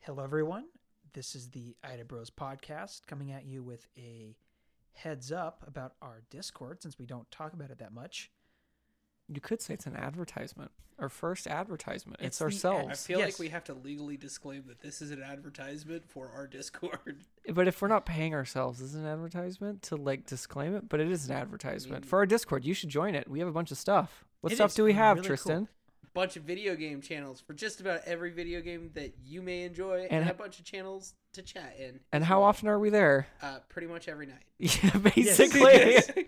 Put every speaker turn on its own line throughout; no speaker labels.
Hello, everyone. This is the Ida Bros podcast coming at you with a heads up about our Discord since we don't talk about it that much.
You could say it's an advertisement. Our first advertisement. It's,
It's the
ourselves.
ad-
I feel
Yes.
like we have to legally disclaim that this is an advertisement for our Discord.
but if we're not paying ourselves as an advertisement to like disclaim it, but it is an advertisement. For our Discord, you should join it. We have a bunch of stuff. What
Mm. It
stuff
is
do we have,
really cool.
Tristan?
Bunch of video game channels for just about every video game that you may enjoy,
And
and,
ho-
a bunch of channels to chat in.
And
as
how
well.
often are we there?
Uh, pretty much every night.
Yeah, basically.
Yes.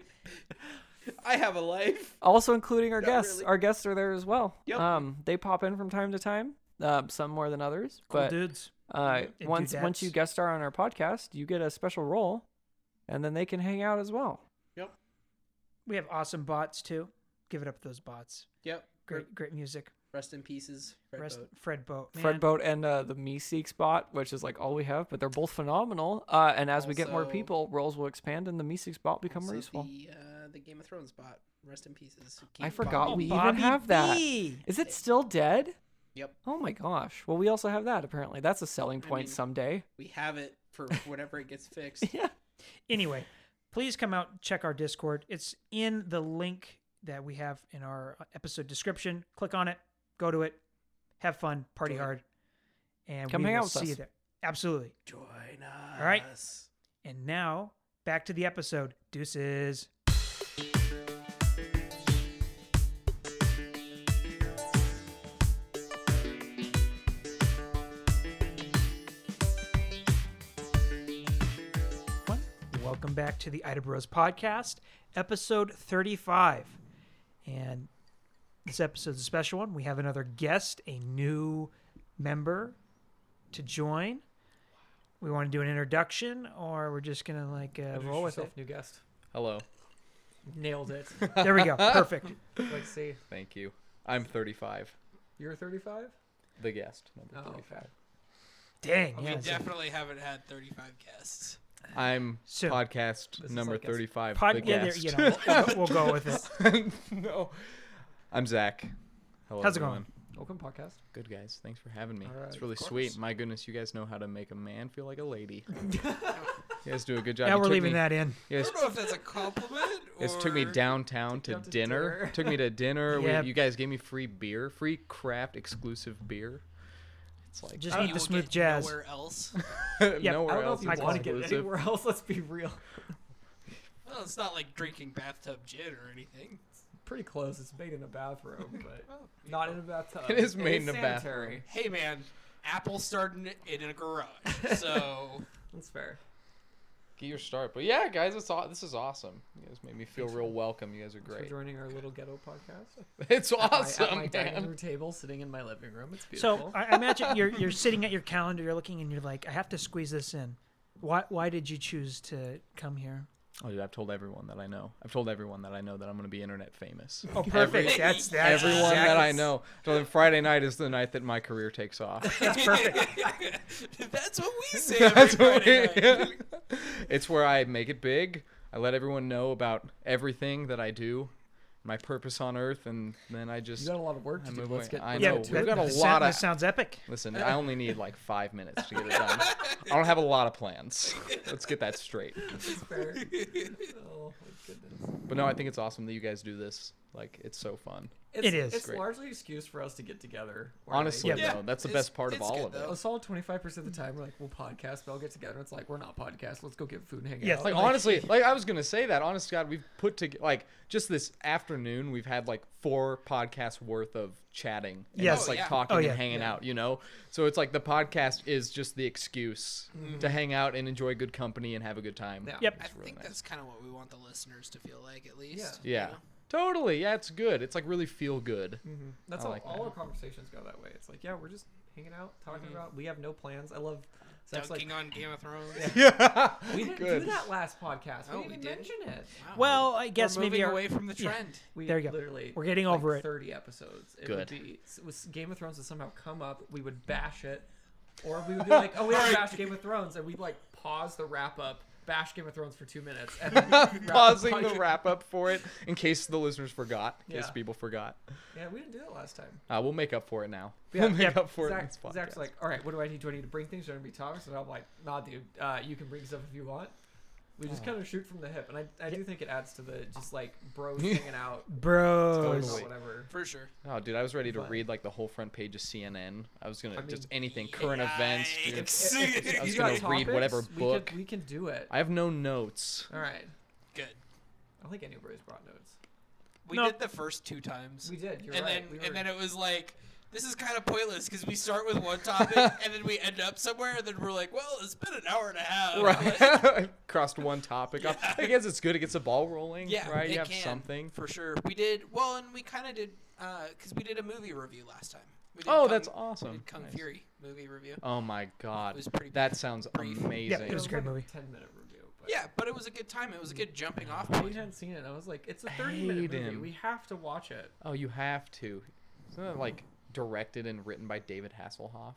I have a life.
also including our
Not
guests.
really.
Our guests are there as well.
Yep.
Um, they pop in from time to time. Um, some more than others,
Cool
but
dudes.
uh,
And
once once
dudettes.
you guest star on our podcast, you get a special role, and then they can hang out as well.
Yep.
We have awesome bots too. Give it up for those bots.
Yep.
Great, great music.
Rest in pieces. Red
Rest,
Boat.
Fred Boat.
Fred
man.
Boat and uh, the Me Seek spot, which is like all we have, but they're both phenomenal. Uh, and as we get more
Also-
people, roles will expand and the Me Seek spot become
Also
useful.
The, uh, the Game of Thrones bot. Rest in pieces.
I
Keep
forgot
Bobby.
we even
Oh, Bobby
have that.
B.
Is it still dead?
Yep.
Oh my gosh. Well, we also have that apparently. That's a selling
I
point
mean-
someday.
We have it for whenever it gets fixed.
Yeah.
Anyway, please come out check our Discord. It's in the link that we have in our uh, episode description. Click on it. Go to it. Have fun. Party
Join.
hard. And
Come
we
hang out
will
with
see you
us.
there. Absolutely.
Join us.
All right. And now back to the episode. Deuces. Everyone, Welcome back to the Ida Bros podcast, episode 35. And this episode's a special one. We have another guest, a new member to join. We want to do an introduction, or we're just gonna like uh, roll with it.
new guest.
Hello.
Nailed it.
There we go. Perfect.
Let's see.
Thank you. I'm 35.
You're 35?
The guest, number
Oh,
35.
Dang.
We
yes.
definitely haven't had 35 guests.
I'm
So-
podcast
This is
number
like us.
35.
Pod-
the
yeah, there-
guest.
you know, we'll, we'll go with it.
no. I'm Zach. Hello.
How's it
everyone.
Welcome podcast.
Good guys. Thanks for having me.
All right,
it's
of
really
course.
sweet. My goodness, you guys know how to make a man feel like a lady. you guys do a good job.
Now
You
we're
took
leaving
me-
that in.
You guys,
know if that's a compliment.
you guys took me downtown to
down to
dinner.
dinner.
Took me to dinner.
Yeah.
we, you guys gave me free beer, free craft exclusive beer. It's like
Just need the smooth jazz.
Nowhere else.
Yeah,
I
nowhere
don't know
else.
if you
it's
wanna
want to get
exclusive.
anywhere else. Let's be real.
Well, it's not like drinking bathtub gin or anything.
Pretty close. It's made in a bathroom, but not in a bathtub.
It is made in a
sanitary.
bathroom.
Hey, man, Apple started it in a garage, so
That's fair.
get your start. But yeah, guys, it's aw- this is awesome. You guys made me feel real welcome. You guys are
Thanks for
great.
joining our little ghetto podcast.
It's
I, at my
awesome,
dining
man.
room table, sitting in my living room. It's beautiful.
So uh, I I imagine you're you're sitting at your calendar, you're looking, and you're like, I have to squeeze this in. Why why did you choose to come here?
Oh, dude, I've told everyone that I know. I've told everyone that I know that I'm gonna be internet famous.
Oh, perfect. that's that's
Everyone
exactly-
that I know. So then Friday night is the night that my career takes off.
That's perfect.
that's what we say.
That's
every
what we,
Friday night.
It's where I make it big. I let everyone know about everything that I do, my purpose on earth, and then I just
you got a lot of work
I
to do.
move
Let's
away.
get
I
let's
Yeah,
know.
get to
We've
that-
it.
got a
this
lot
sound-
of-
This sounds epic.
Listen, I only need like five minutes to get it done. I don't have a lot of plans. Let's get that straight.
It's fair. oh my goodness.
But no, I think it's awesome that you guys do this. Like, it's so fun.
It's,
is.
It's
Great.
largely an excuse for us to get together. where, like,
Honestly,
Yeah.
though, that's the
It's-
best part of
it's
all
good,
of
though.
it.
A solid 25% of the time, we're like, we'll podcast, but I'll get together. It's like, we're not podcast. Let's go get food and hang
Yes,
out.
Like, honestly, like I was gonna say that. Honest to God, we've put together like just this afternoon, we've had like four podcasts worth of chatting and
Yes.
just
Oh,
like
yeah.
talking
Oh, yeah.
and hanging out. You know, so it's like the podcast is just the excuse to hang out and enjoy good company and have a good time.
Yeah.
Yep.
It's
I
really
think
nice.
that's kind of what we want the listeners to feel like, at least.
Yeah. Totally. Yeah, it's good. It's like really feel good.
That's
mm-hmm. I
all.
like
all
that. Mm-hmm.
our conversations go that way. It's like, yeah, we're just hanging out, talking about. We have no plans. I love. Zach's like,
Dunking on Game of Thrones.
Yeah.
we didn't
Good.
do that last podcast.
Oh,
we didn't
we did?
mention it.
Wow.
Well, I guess
We're moving
maybe our,
away from the
yeah.
trend.
We
There you go.
Literally,
We're getting
like
over it.
Thirty episodes. It
Good. Mm.
Would be, s- was Game of Thrones would somehow come up. We would bash it, or we would be like, oh, we have to bash Game of Thrones, and we'd like pause the wrap up. bash Game of Thrones for two minutes. And then
Pausing the
podcast.
wrap up for it in case the listeners forgot, in case
Yeah.
people forgot.
Yeah, we didn't do that last time.
Uh, we'll make up for it now.
Yeah,
we'll make
yeah,
up for it. in
Zach,
this podcast.
Zach's like, all right, what do I need? Do I need to bring things? Do I need to be topics? And I'm like, nah, dude, uh, you can bring stuff if you want. We
Oh.
just kind of shoot from the hip, and I, I do think it adds to the just like bros hanging out or
Bros.
Totally.
whatever.
for sure.
oh, dude, I was ready to
But-
read like the whole front page of CNN. I was gonna
I mean,
just anything current events. dude.
Yikes.
I was
You
gonna
got
read whatever
we
book.
Can, we can do it.
I have no notes.
All right.
Good.
I don't think any bros brought notes.
We
No.
did the first two times.
We did. You're
and
right.
then
we were-
and then it was like this is kind of pointless because we start with one topic and then we end up somewhere and then we're like, well, it's been an hour and a half.
Right, crossed one topic. off. I guess it's good. It gets the ball rolling.
Yeah,
right.
it
You have
can,
something.
for sure. We did well, and we kind of did because we did a movie review last time. We did
Oh, that's
We
awesome.
did Kung
Nice.
Fury movie review.
Oh my god,
was pretty
that sounds
brief. Yeah,
amazing.
it was
like
a great movie.
Ten minute review. But
Yeah, but it was a good time. It was a good jumping off
I
point.
hadn't seen it. I was like, it's a thirty minute movie.
Hayden.
We have to watch it.
Oh, you have to. Isn't that like directed and written by David Hasselhoff?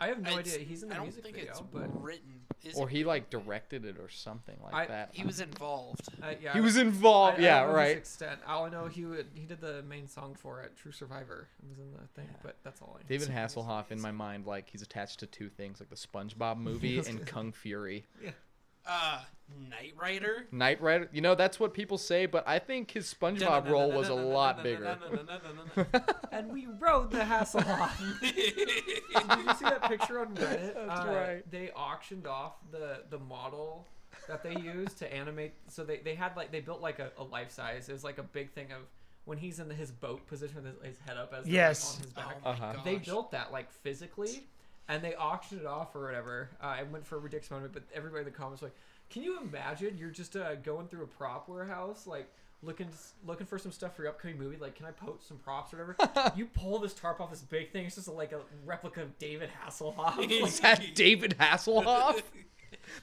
I have no
It's-
idea. He's in the
I don't
music
think
video,
it's
but
written. Is
Or
it?
he like directed it or something like
I-
that.
He was involved.
uh, yeah,
He
I-
was
I- I
involved.
don't
yeah,
know his
right.
Extent. All I know he would, he did the main song for it, True Survivor. It was in the thing, but that's all I.
David
know.
Hasselhoff in my mind, like he's attached to two things, like the SpongeBob movie and Kung Fury.
Uh, Knight Rider.
Knight Rider. You know, that's what people say, but I think his SpongeBob role was a lot bigger.
And we rode the Hasselhoff. Did you see that picture on Reddit?
That's
Uh,
right.
They auctioned off the the model that they used to animate. So they, they had like they built like a, a life size. It was like a big thing of when he's in his boat position with his, his head up as the, like,
Yes.
on his
Oh
back.
my
Uh-huh.
gosh.
they built that like physically, and they auctioned it off or whatever. Uh, it went for a ridiculous amount, of it, but everybody in the comments was like, "Can you imagine? You're just uh, going through a prop warehouse, like." Looking, looking for some stuff for your upcoming movie. Like, can I poach some props or whatever? you pull this tarp off this big thing. It's just like a replica of David Hasselhoff. Like,
Is that David Hasselhoff?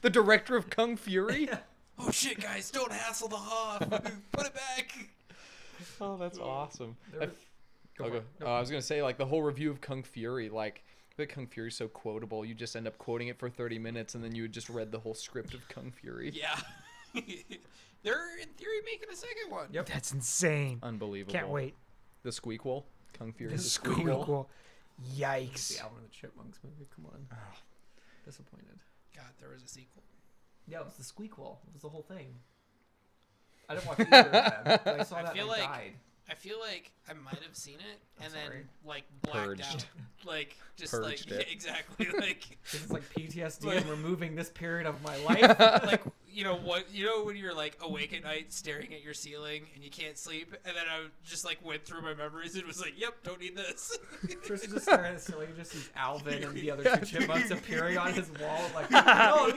the director of Kung Fury?
Oh shit, guys! Don't hassle the Hoff. Put it back.
Oh, that's awesome.
There
I
was-
f-
Go
I'll
for
go-
it. No.
uh, I was gonna say like the whole review of Kung Fury, like the Kung Fury's so quotable, you just end up quoting it for thirty minutes, and then you had just read the whole script of Kung Fury.
Yeah. They're in theory making a second one.
Yep.
That's insane.
Unbelievable.
Can't wait.
The squeakquel. Kung Fury. The
Squeal. Yikes.
the Alvin and the Chipmunks movie. Come on. Disappointed.
God, there was a sequel.
Yeah, it was the squeakquel. It was the whole thing. I didn't watch either of them. but I saw
I
that and
feel
I
like-
died.
I feel like I might have seen it and then
sorry.
like blacked out,
Purged.
like just
Purged
like yeah,
it.
exactly like
This is like PTSD
Like-
and removing this period of my life.
like you know what you know when you're like awake at night staring at your ceiling and you can't sleep and then I just like went through my memories and was like, yep, don't need this. Oh,
Tristan just staring at the ceiling, just sees Alvin and the other two chipmunks appearing on his wall. Like, no,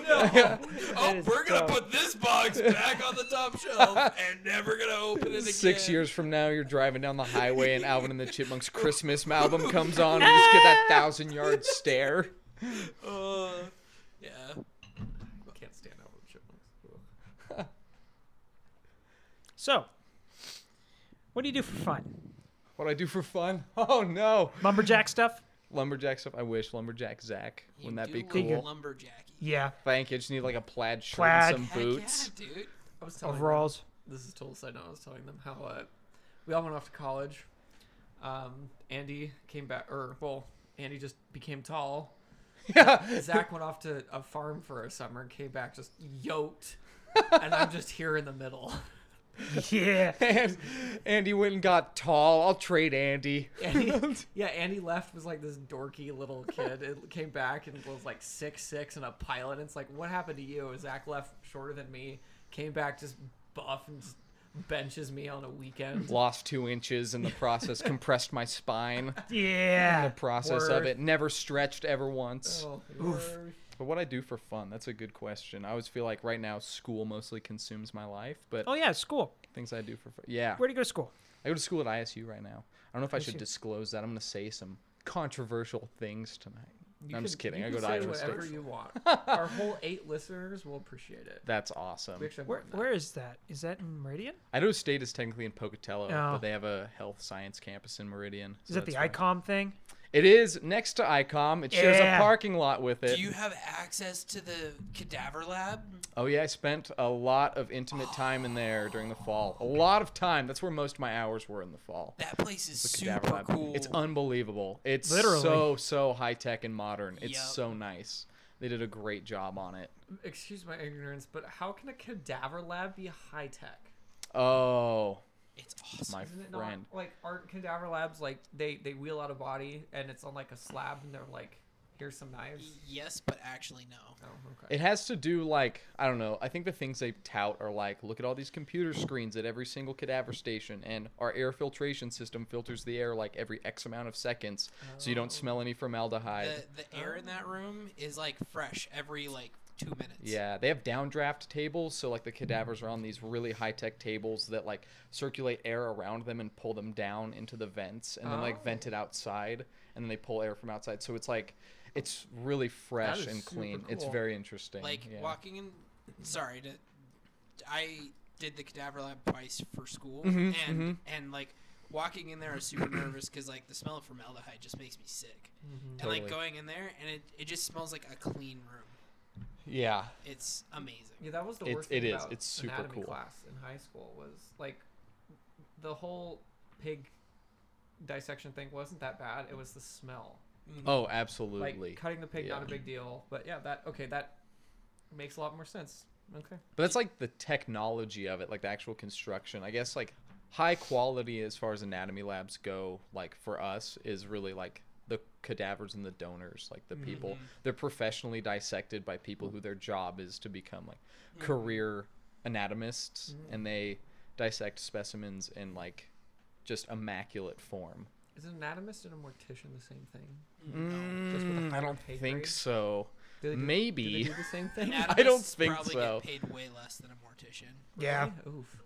no.
oh,
is
we're gonna
dumb.
put this box back on the top shelf and never gonna open it again.
Six years from now, you're driving down the highway, and Alvin and the Chipmunks Christmas album comes on, and you just get that thousand yard stare.
Uh, yeah.
Can't stand Alvin and the Chipmunks. Ugh.
So, what do you do for fun?
What I do for fun? Oh no,
Lumberjack stuff?
lumberjack stuff. I wish lumberjack Zach.
You
Wouldn't that
do
be
look
cool?
Lumberjacky.
Yeah.
Thank you. Just need like a plaid shirt
Plaid.
and
Heck
some boots.
Yeah, dude.
I was telling them-
Overalls.
this is total side note. I was telling them how uh, we all went off to college. Um, Andy came back, or well, Andy just became tall. Zach went off to a farm for a summer and came back just yoked, and I'm just here in the middle.
Yeah.
And Andy went and got tall. I'll trade Andy.
Andy, yeah, Andy left was like this dorky little kid. It came back and was like six six and a pilot. And it's like, what happened to you? Zach left shorter than me. Came back just buff and just benches me on a weekend.
Lost two inches in the process, compressed my spine. in
Yeah.
The process of
Word.
it never stretched ever once.
Oh,
Oof.
word.
But what I do for fun, that's a good question. I always feel like right now school mostly consumes my life, but
Oh, yeah, school.
things I do for fun. Yeah.
Where do you go to school?
I go to school at ISU right now. I don't know if I should
ISU.
disclose that. I'm going to say some controversial things tonight.
You
I'm
can-
just kidding.
you
I go
can
to
say
Iowa
whatever
State.
you want. Our whole eight listeners will appreciate it.
That's
We
awesome.
actually have
Where,
more than
where is that? Is that in Meridian?
Idaho State is technically in Pocatello,
Oh.
but they have a health science campus in Meridian.
Is
so
that the
that's why-
ICOM thing?
It is next to ICOM. It shares
Yeah.
a parking lot with it.
Do you have access to the cadaver lab?
Oh yeah, I spent a lot of intimate time in there during the fall. A lot of time. That's where most of my hours were in the fall.
That place is
Cadaver
super
Lab.
cool.
It's unbelievable. It's
Literally.
so so high tech and modern. It's
Yup.
so nice. They did a great job on it.
Excuse my ignorance, but how can a cadaver lab be high tech?
Oh,
It's awesome.
my
Isn't it
friend.
not like aren't cadaver labs like they they wheel out a body and it's on like a slab and they're like, here's some knives.
Yes, but actually no.
Oh, okay.
It has to do like I don't know. I think the things they tout are like, look at all these computer screens at every single cadaver station, and our air filtration system filters the air like every X amount of seconds, so
Oh.
you don't smell any formaldehyde.
The the air in that room is like fresh every like two minutes.
Yeah, they have downdraft tables, so like the cadavers are on these really high tech tables that like circulate air around them and pull them down into the vents, and then
Oh.
like vent it outside, and then they pull air from outside. So it's like, it's really fresh
is
and
super
clean. It's
cool.
very interesting.
Like
yeah.
walking in. Sorry, to, I did the cadaver lab twice for school,
Mhm,
and
mhm.
and like walking in there, I was super nervous because like the smell of formaldehyde just makes me sick. and like
Mm-hmm. Totally.
going in there, and it, it just smells like a clean room.
yeah,
It's amazing.
Yeah, that was the
It-
worst
it
thing
is.
about
It's super
anatomy
cool.
class in high school was like the whole pig dissection thing wasn't that bad. It was the smell.
oh, absolutely.
Like cutting the pig, not a
Yeah.
big deal. But yeah, that okay, that makes a lot more sense. Okay.
But that's like the technology of it, like the actual construction. I guess like high quality as far as anatomy labs go, like for us, is really like the cadavers and the donors, like the people.
Mm-hmm.
They're professionally dissected by people who their job is to become like
Mm-hmm.
career anatomists and they dissect specimens in like just immaculate form.
Is an anatomist and a mortician the same thing? Mm-hmm. Just with a
Mm, I
higher
don't
pay
think
grade?
so.
Do they do- do they
Maybe.
do the same thing?
Anatomists
I don't think
probably
so.
Get paid way less than a mortician.
Yeah.
Really? Oof.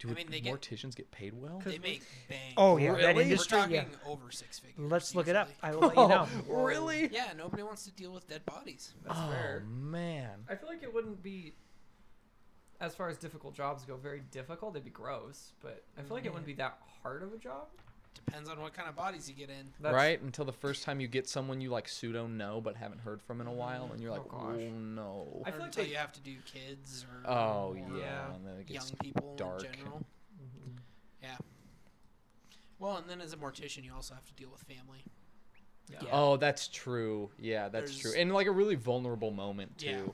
Do
I mean, they get-
morticians get paid well?
They make bang.
Oh yeah, that
Really?
We're
industry.
talking
Yeah.
over six figures.
Let's look it up.
easily.
I will let you know.
really?
Yeah, nobody wants to deal with dead bodies.
That's
oh
fair.
man.
I feel like it wouldn't be, as far as difficult jobs go, very difficult. It'd be gross, but I feel like it wouldn't be that hard of a job.
Depends on what kind of bodies you get in.
That's,
right until the first time you get someone you like pseudo know but haven't heard from in a while, and you're like,
Oh,
oh,
gosh.
no.
I feel
or
like
until
they-
you have to do kids or
Oh yeah,
or
Yeah.
and then it
young
gets
people
dark.
in general.
Mm-hmm.
Yeah. Well, and then as a mortician, you also have to deal with family.
Yeah.
Oh, that's true. Yeah, that's true.
There's-
And like a really vulnerable moment too,
Yeah.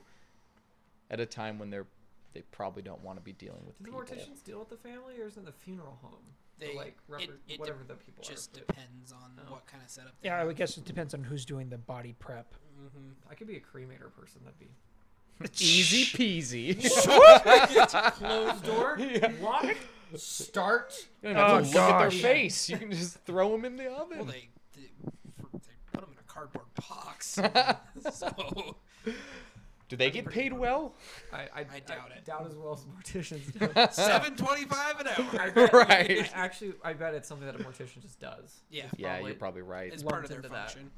at a time when they're they probably don't want to be dealing with
Do the
people.
morticians deal with the family, or is it the funeral home? The,
They-
like
it-
rubber,
it de-
whatever the people
Just
are.
depends on
Oh.
what kind of setup. They
Yeah, I
have.
would guess it depends on who's doing the body prep.
Mhm.
I could be a cremator person. That'd be
Easy peasy.
closed door, lock, start.
you don't have to
Oh,
look at their
gosh.
face. You can just throw them in the oven.
Well, they they, for, they put them in a cardboard box. so
Do they get paid well?
I, I,
I doubt it.
Doubt as well as morticians. do.
seven twenty-five an hour.
I bet-
Right.
I actually, I bet it's something that a mortician just does.
Yeah,
Yeah,
Probably.
you're probably right.
it's part
lumped
of their
into that.
function.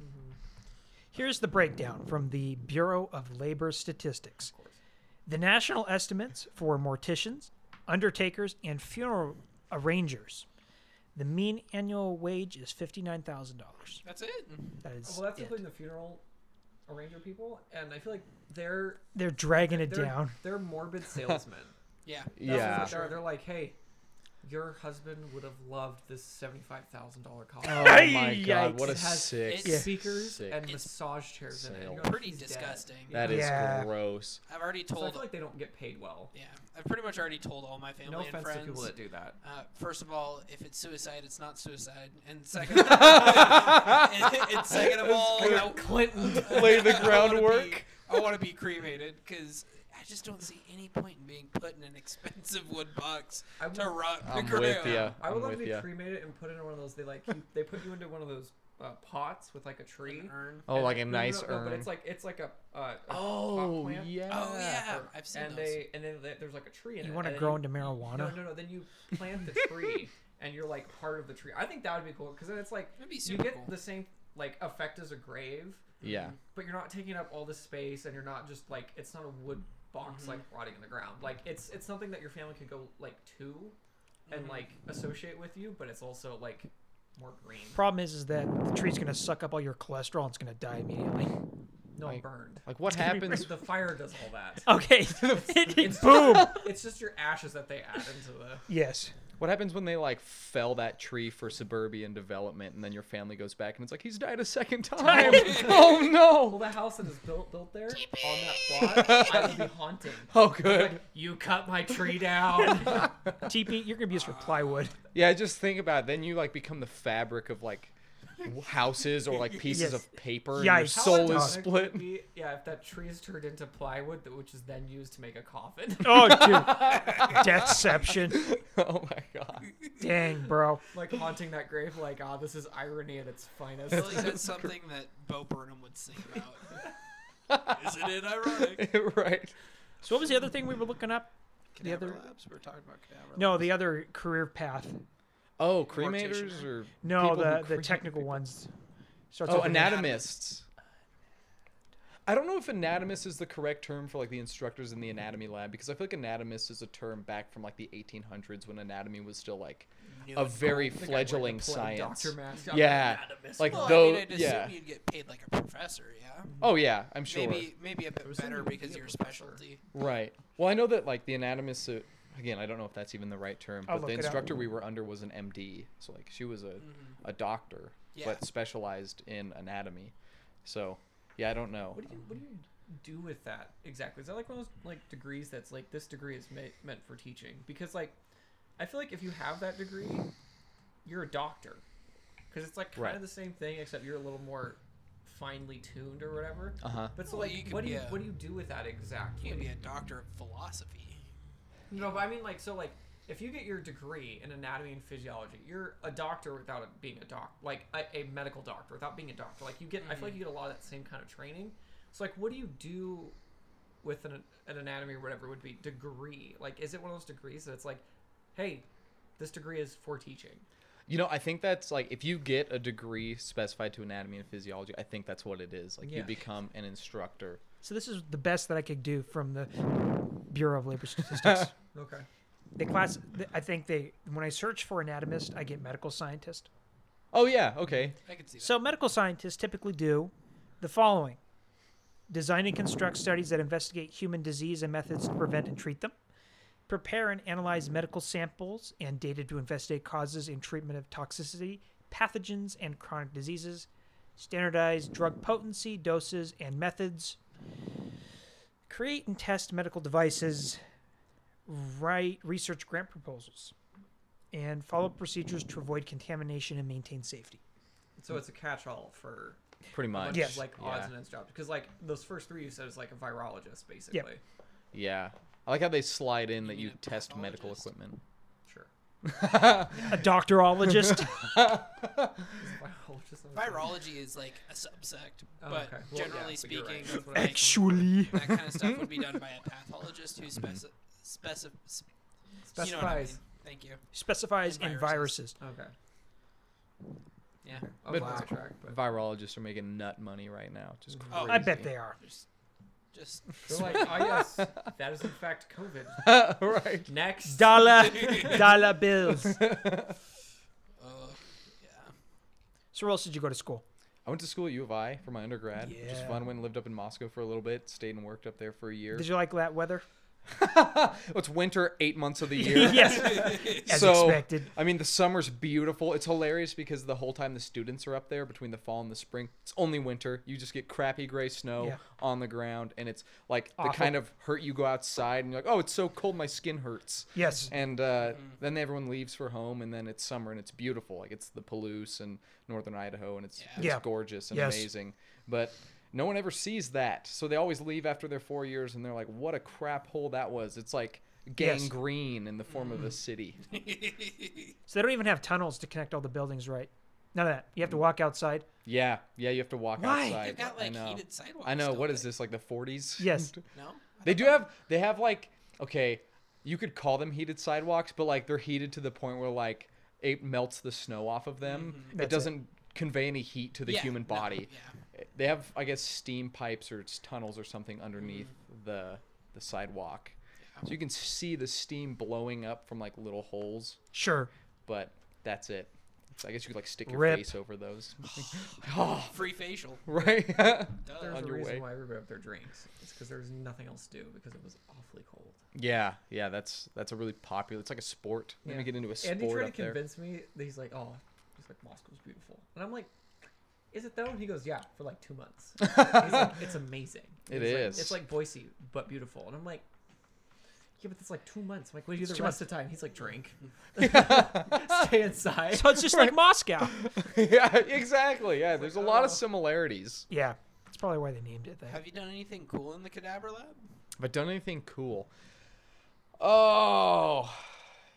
Here's the breakdown from the Bureau of Labor Statistics.
Of course.
The national estimates for morticians, undertakers, and funeral arrangers. The mean annual wage is fifty-nine thousand dollars.
That's it.
That is
Well, that's
it.
including the funeral arranger people, and I feel like they're
They're dragging it
they're,
down.
they're morbid salesmen.
Yeah.
That's
Yeah.
what they are. They're like, hey, your husband would have loved this seventy-five thousand dollar car.
Oh my
Yikes.
god, what a
It has
sick
Yeah.
Speakers
Sick.
and
It's
massage chairs in it. and
sale.
you're like,
Pretty
"He's dead."
disgusting.
That is
Yeah.
gross.
I've already
So I
told.
feel like they don't get paid well.
yeah, I've pretty much already told all my family
No
and
offense
friends.
to people that do that.
Uh, first of all, if it's suicide, it's not suicide. And second, and, and second of all, I,
Clinton.
Lay the
wanna be-
groundwork.
I want to be cremated because I just don't see any point in being put in an expensive wood box
I
to
would-
rot the
I'm
ground.
with you.
I
I'm
would love to
with
be
you.
cremated and put in one of those. They like you, they put you into one of those uh, pots with like a tree.
An urn.
Oh,
and-
like a
no, no,
nice
no, no,
urn.
but it's like it's like a. Uh, a pot
oh
plant.
yeah.
Oh yeah, I've seen
and
those.
they and then there- there's like a tree in it.
You want to
and then
grow
you-
into marijuana?
No, no, no. Then you plant the tree, and you're like part of the tree. I think that would be cool because then it's like
That'd be
you
super
get
cool.
the same like effect as a grave,
Yeah.
but you're not taking up all the space, and you're not just like it's not a wood box like rotting in the ground. Like it's it's Mm-hmm. something that your family could go like to, and like associate with you, but it's also like more green.
Problem is, is that the tree's gonna suck up all your cholesterol and it's gonna die immediately.
No,
Like-
burned.
Like what happens?
The fire does all that.
Okay.
It's
Boom.
It's just your ashes that they add into the.
yes.
What happens when they like fell that tree for suburban development, and then your family goes back and it's like he's died a second time. oh
Well,
no!
the house that is built built there on that plot, I will be haunting.
Oh good.
You cut my tree down.
TP, you're gonna be used for plywood.
Yeah, just think about it. then you like become the fabric of like w- houses or like pieces
Yes.
of paper. And
Yeah,
your
it's
soul
dog.
is
Sonic would
split.
be- yeah, if that tree is turned into plywood, that- which is then used to make a coffin.
Oh, dude. Deception.
Oh my god.
Dang, bro.
like haunting that grave, like, ah, this is irony at its finest.
I feel like that's something that Bo Burnham would sing about. Isn't it ironic?
right.
So, what was the other thing we were looking up? The other-
Cadaver Labs. We're talking about Cadaver
No, the other career path.
Oh,
Rotation.
cremators or
No,
people who
the the
create
technical
people.
ones. Starts
Oh,
with an A.
anatomists. I don't know if anatomist is the correct term for like the instructors in the anatomy lab because I feel like anatomist is a term back from like the 1800s when anatomy was still like
New
a
and
very
The guy wearing the
fledgling
plague
science.
Doctor mask.
Yeah,
Anonymous.
like
Well, I
though,
mean, I'd assume
yeah.
you'd get paid like a professor, yeah.
Oh yeah, I'm sure.
Maybe, maybe a bit
was
better
something to
because
be
of
a
your
professor.
specialty.
Right. Well, I know that like the anatomist uh, again, I don't know if that's even the right term,
I'll
but the
look it up.
instructor we were under was an MD, so like she was a
Mm-hmm.
a doctor
Yeah.
but specialized in anatomy. So, yeah, I don't know.
What do you what do you do with that exactly? Is that like one of those like degrees that's like this degree is ma- meant for teaching? Because like, I feel like if you have that degree, you're a doctor, because it's like kind
Right.
of the same thing except you're a little more finely tuned or whatever.
Uh-huh.
But so
Well,
like,
you could
what do
be
you
a-
what do you do with that
You
exactly?
could be a doctor of philosophy.
No, but I mean like so like if you get your degree in anatomy and physiology, you're a doctor without it being a doc, like a, a medical doctor without being a doctor. Like you get, I feel like you get a lot of that same kind of training. So like, what do you do with an, an anatomy or whatever would be degree? Like, is it one of those degrees that it's like, hey, this degree is for teaching?
You know, I think that's like if you get a degree specified to anatomy and physiology, I think that's what it is. Like you
Yeah.
become an instructor.
So this is the best that I could do from the Bureau of Labor Statistics.
Okay.
they class. th- I think they. When I search for anatomist, I get medical scientist.
Oh yeah, okay.
I could see that.
So medical scientists typically do the following: design and construct studies that investigate human disease and methods to prevent and treat them. Prepare and analyze medical samples and data to investigate causes and treatment of toxicity, pathogens, and chronic diseases. Standardize drug potency, doses, and methods. Create and test medical devices. Write research grant proposals. And follow procedures to avoid contamination and maintain safety.
So it's a catch-all for
Pretty
a
much.
bunch
Yes.
of, like odds
yeah.
and ends jobs because like those first three you said is like a virologist basically.
Yeah. I like how they slide in that
mean
you
a
test medical
pathologist?
equipment.
Sure.
a doctorologist.
Virologist. that was-
Virology is like a subsect,
Oh,
but
okay. Well,
generally
yeah, but
speaking,
you're right. That's what I
like,
Actually,
that kind of stuff would be done by a pathologist who speci- speci- sp- you know what I
Mm-hmm.
mean.
Specifies.
Thank you.
specifies
And
in
viruses.
viruses.
Okay.
Yeah.
I
But-
was off track, but
Virologists are making nut money right now. Just crazy.
Oh,
I bet they are.
Just, just
they're like, oh yes, that is in fact COVID.
right.
Next,
Dollar, dollar bills.
uh, yeah.
So, where else did you go to school?
I went to school at U of I for my undergrad, which is
Yeah.
fun. When lived up in Moscow for a little bit, stayed and worked up there for a year.
Did you like that weather?
it's winter, eight months of the year.
yes, as
so,
expected.
I mean, the summer's beautiful. It's hilarious because the whole time the students are up there between the fall and the spring, it's only winter. You just get crappy gray snow
Yeah.
on the ground, and it's like
Awful.
the kind of hurt you go outside and you're like, oh, it's so cold, my skin hurts.
Yes.
And uh, then everyone leaves for home, and then it's summer and it's beautiful. Like it's the Palouse and northern Idaho, and it's, it's
Yeah.
gorgeous and
Yes.
amazing. But no one ever sees that, so they always leave after their four years, and they're like, "What a crap hole that was!" It's like
Yes.
gangrene in the form of a city.
So they don't even have tunnels to connect all the buildings, right? None of that. You have to walk outside.
Yeah, yeah, you have to walk
Why?
outside.
They've got
I
like
know.
heated sidewalks.
I know.
don't
What is
they?
this like the 40s?
Yes.
No.
They do have they have like okay, you could call them heated sidewalks, but like they're heated to the point where like it melts the snow off of them.
That's
It
it.
doesn't convey any heat to the
Mm-hmm. Yeah,
human
no,
body.
yeah.
They have I guess steam pipes or it's tunnels or something underneath
Mm-hmm.
the the sidewalk. So you can see the steam blowing up from like little holes,
Sure.
but that's it. So I guess you could like stick your
Rip.
face over those. oh,
Free facial.
right.
Duh.
There's
On
a
your
reason
way.
why everybody up their drinks. It's because there was nothing else to do because it was awfully cold.
yeah, yeah. That's that's a really popular. It's like a sport. Let me
Yeah.
get into a sport
Andy tried to
up there.
convince me that he's like, oh, he's like Moscow's beautiful, and I'm like, is it though? And he goes, yeah, for like two months. he's like, it's amazing. It
It
is.
is.
it's like Boise, but beautiful. And I'm like, yeah, but that's like two months. I'm like, what do you do
It's
the
two
rest of the time? He's like, drink, stay inside.
So it's just like Moscow.
yeah, exactly. Yeah, there's a
oh.
lot of similarities.
Yeah, that's probably why they named it that.
Have you done anything cool in the cadaver lab?
Have I done anything cool? Oh,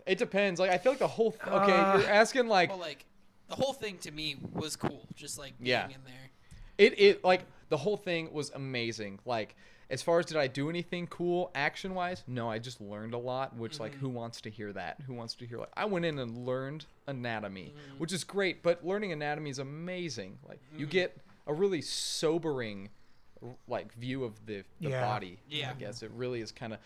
it depends. Like I feel like the whole. Th- okay,
Uh,
you're asking like
Well, like the whole thing to me was cool. Just like being
Yeah.
in there.
it. It like the whole thing was amazing. Like as far as did I do anything cool action wise? No, I just learned a lot. Which like who wants to hear that? Who wants to hear like I went in and learned anatomy, which is great. But learning anatomy is amazing. Like you get a really sobering r- like view of the, the
Yeah.
body
Yeah.
i guess it really is kind of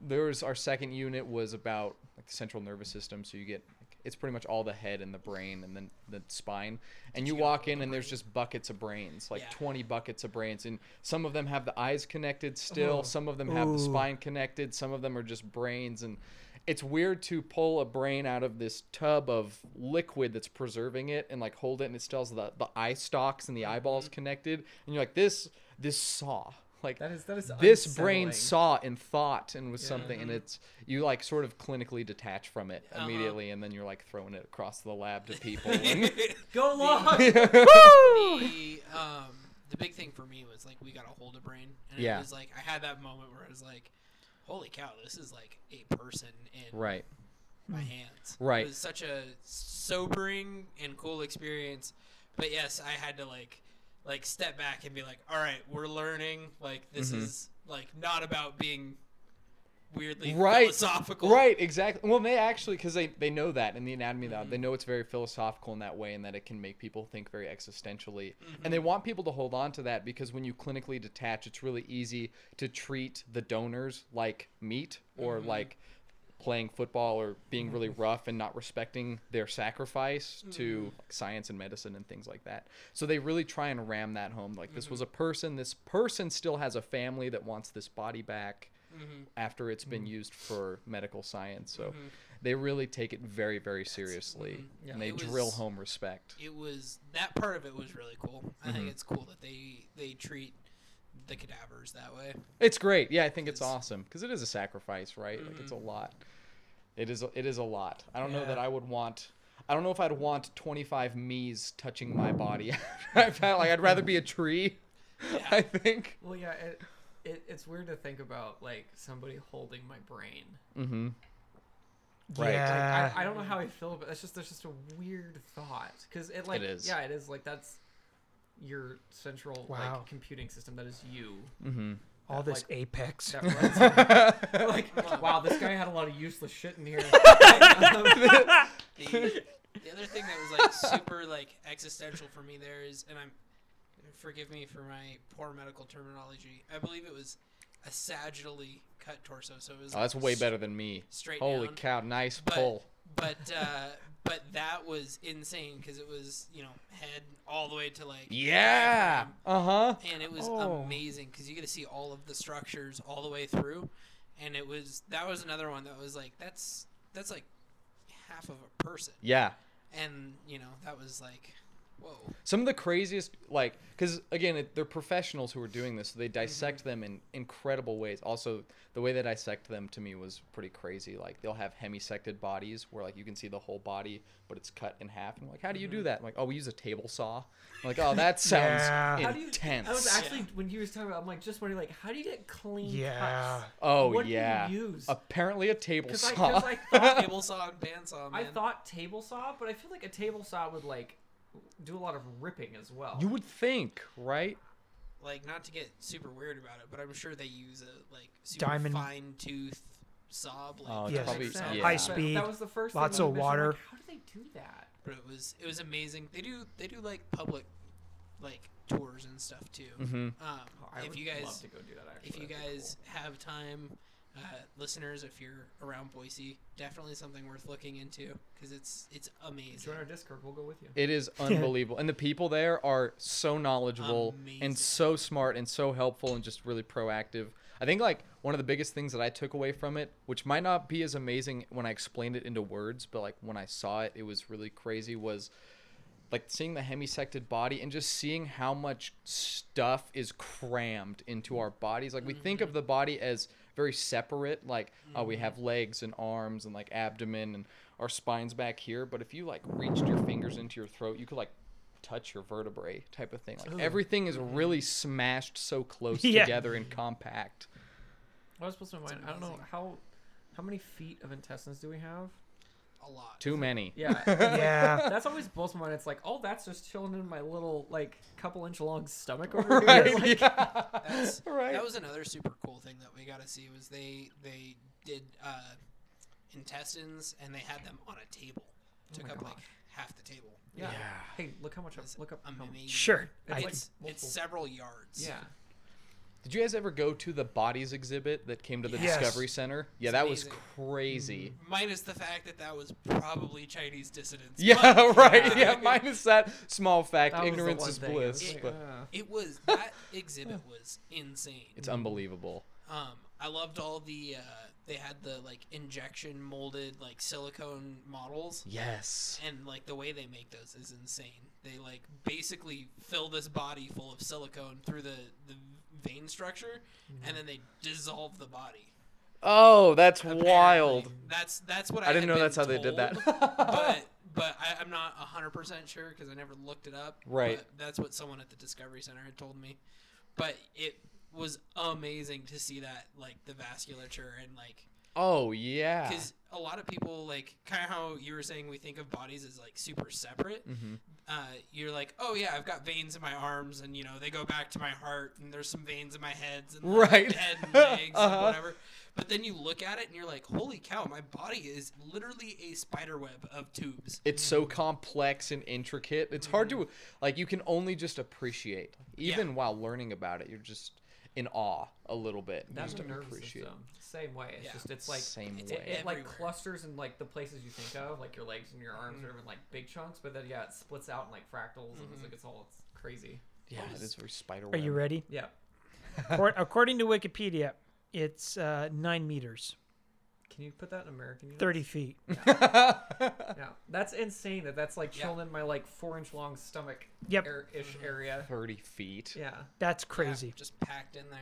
there was our second unit was about like the central nervous system so you get like, it's pretty much all the head and the brain and then the spine and you walk in and there's just buckets of brains like
Yeah.
20 buckets of brains and some of them have the eyes connected still some of them have
Ooh.
the spine connected some of them are just brains and it's weird to pull a brain out of this tub of liquid that's preserving it and like hold it and it still has the, the eye stalks and the eyeballs connected and you're like this this saw like
That is that is
this brain
unsettling.
saw and thought and was
Yeah.
something and it's you like sort of clinically detach from it
Uh-huh.
immediately and then you're like throwing it across the lab to people and-
Go long.
the um the big thing for me was like we got a hold of brain and
Yeah.
it was like I had that moment where I was like holy cow this is like a person in
right
my hands
Mm. Right.
it was such a sobering and cool experience but yes I had to like like step back and be like all right we're learning like this
Mm-hmm.
is like not about being weirdly
Right.
philosophical
right exactly well they actually because they they know that in the anatomy lab
Mm-hmm.
they know it's very philosophical in that way and that it can make people think very existentially and they
Mm-hmm.
want people to hold on to that because when you clinically detach it's really easy to treat the donors like meat or
Mm-hmm.
like playing football or being really
Mm-hmm.
rough and not respecting their sacrifice to science and medicine and things like that. So they really try and ram that home. Like this
Mm-hmm.
was a person. This person still has a family that wants this body back
Mm-hmm.
after it's been used for medical science. So they really take it very, very seriously, and they
mm-hmm. It
drill
was-
home respect.
it was that part of it was really cool I
Mm-hmm.
think it's cool that they they treat the cadavers that way
It's great. Yeah, I think it's
It's-
awesome because it is a sacrifice, right? Like it's a lot. It is. It is a lot. I don't know that
Yeah.
I would want. I don't know if I'd want 25 me's touching my body. I've had- like I'd rather be a tree. I think.
Well, yeah, it, it it's weird to think about like somebody holding my brain.
Mm-hmm. Right.
Yeah.
I, I don't know how I feel, but that's just that's just a weird thought because it like
is.
yeah, it is like that's your central
Wow.
like computing system that is you.
All this
like-
apex.
That runs
Oh,
like wow, this guy had a lot of useless shit in here. Um,
the, the other thing that was like super like existential for me there is and i'm forgive me for my poor medical terminology i believe it was a sagittally cut torso so it was
Oh, that's way
s-
better than me.
straight
Holy
down.
cow! Nice
but
pull.
but uh but that was insane because it was you know head all the way to like
Yeah.
diaphragm.
Uh huh.
and it was
Oh.
amazing because you get to see all of the structures all the way through and it was that was another one that was like that's that's like half of a person
Yeah.
and you know that was like whoa
some of the craziest like because again it, they're professionals who are doing this so they dissect
Mm-hmm.
them in incredible ways also the way they dissect them to me was pretty crazy like they'll have hemisected bodies where like you can see the whole body but it's cut in half and I'm like how do you
Mm-hmm.
do that I'm like oh we use a table saw I'm like oh that sounds
Yeah. How
how do you-
intense
I was actually when he was talking about, I'm like just wondering like how do you get clean
Yeah.
cuts?
oh
what
yeah
do you use?
apparently a table
Because I,
saw
'cause I thought
table saw and bandsaw
I
man.
thought table saw, but I feel like a table saw would like do a lot of ripping as well.
you would think right
like not to get super weird about it but i'm sure they use a like super
Diamond-
fine tooth saw blade
Oh, it's
Yes.
That
probably
makes sense.
yeah.
High
But
speed,
That was the first.
lots
thing
of
that I mentioned, I'm
water.
Like, How do they do that?
but it was it was amazing they do they do like public like tours and stuff too um,
Mm-hmm.
Oh, I
if
would
you guys
love to go do that. Actually,
if you
That'd be
guys have time uh, listeners, if you're around Boise, definitely something worth looking into because it's it's amazing.
Join our Discord. We'll go with you.
It is unbelievable. and the people there are so knowledgeable
Amazing.
and so smart and so helpful and just really proactive. I think like one of the biggest things that I took away from it, which might not be as amazing when I explained it into words, but like when I saw it, it was really crazy was like seeing the hemisected body and just seeing how much stuff is crammed into our bodies. Like we think of the body as very separate, like oh we have legs and arms and like abdomen and our spines back here, but if you like reached your fingers into your throat, you could like touch your vertebrae type of thing. Like everything is really smashed so close
Yeah.
together and compact.
What was supposed to mind? I don't know
amazing.
how how many feet of intestines do we have?
A lot.
Too many.
Yeah.
Yeah.
That's always blows my mind. It's like, oh, that's just chilling in my little like couple inch long stomach over here. Like,
That's,
Right.
That was another super cool thing that we got to see was they they did uh, intestines and they had them on a table. Took up like half the table.
yeah. Hey, look how much. I,
It's
look up. How,
amazing.
Sure.
It's
I-
like
It's it's
multiple-
several yards.
yeah.
Did you guys ever go to the bodies exhibit that came to the
Yes.
Discovery Center? Yeah,
It's
that
amazing.
was crazy.
Minus the fact that that was probably Chinese dissidents.
Yeah,
but
right. Yeah, minus that small fact,
That was the
ignorance
one
is
thing. It was
bliss.
like,
But
uh,
It was that exhibit was insane.
it's unbelievable.
Um, I loved all the uh, they had the like injection molded like silicone models,
Yes.
and like the way they make those is insane. They like basically fill this body full of silicone through the the vein structure, and then they dissolve the body.
Oh, that's
Apparently.
wild.
That's that's what I,
I didn't
had
know
been
that's how they
told,
did that.
but but I, I'm not hundred percent sure because I never looked it up.
Right.
but that's what someone at the Discovery Center had told me. But it was amazing to see that like the vasculature and like
oh, yeah.
because a lot of people like kind of how you were saying we think of bodies as like super separate uh, you're like oh yeah i've got veins in my arms and you know they go back to my heart and there's some veins in my heads and like,
Right.
head and legs
Uh-huh.
and whatever but then you look at it and you're like holy cow my body is literally a spider web of tubes
it's so complex and intricate. It's hard to like you can only just appreciate. Even
Yeah.
while learning about it, you're just in awe a little bit. You
that's
just
a nervous
appreciate
system. Same way. It's
Yeah.
just it's like
same
it's-
way.
it, it like
Everywhere.
clusters in like the places you think of, like your legs and your arms, are in like big chunks. But then yeah, it splits out in like fractals, and it's like it's all it's crazy.
yeah, it is very spider
Are you
web.
ready?
Yeah.
Accor- According to Wikipedia, it's uh, nine meters,
Can you put that in American? units?
thirty feet.
Yeah, that's insane. That that's like
Yeah.
chilling in my like four inch long stomach
Yep.
air- ish area.
Thirty feet.
Yeah,
That's
Yeah,
crazy.
just packed in there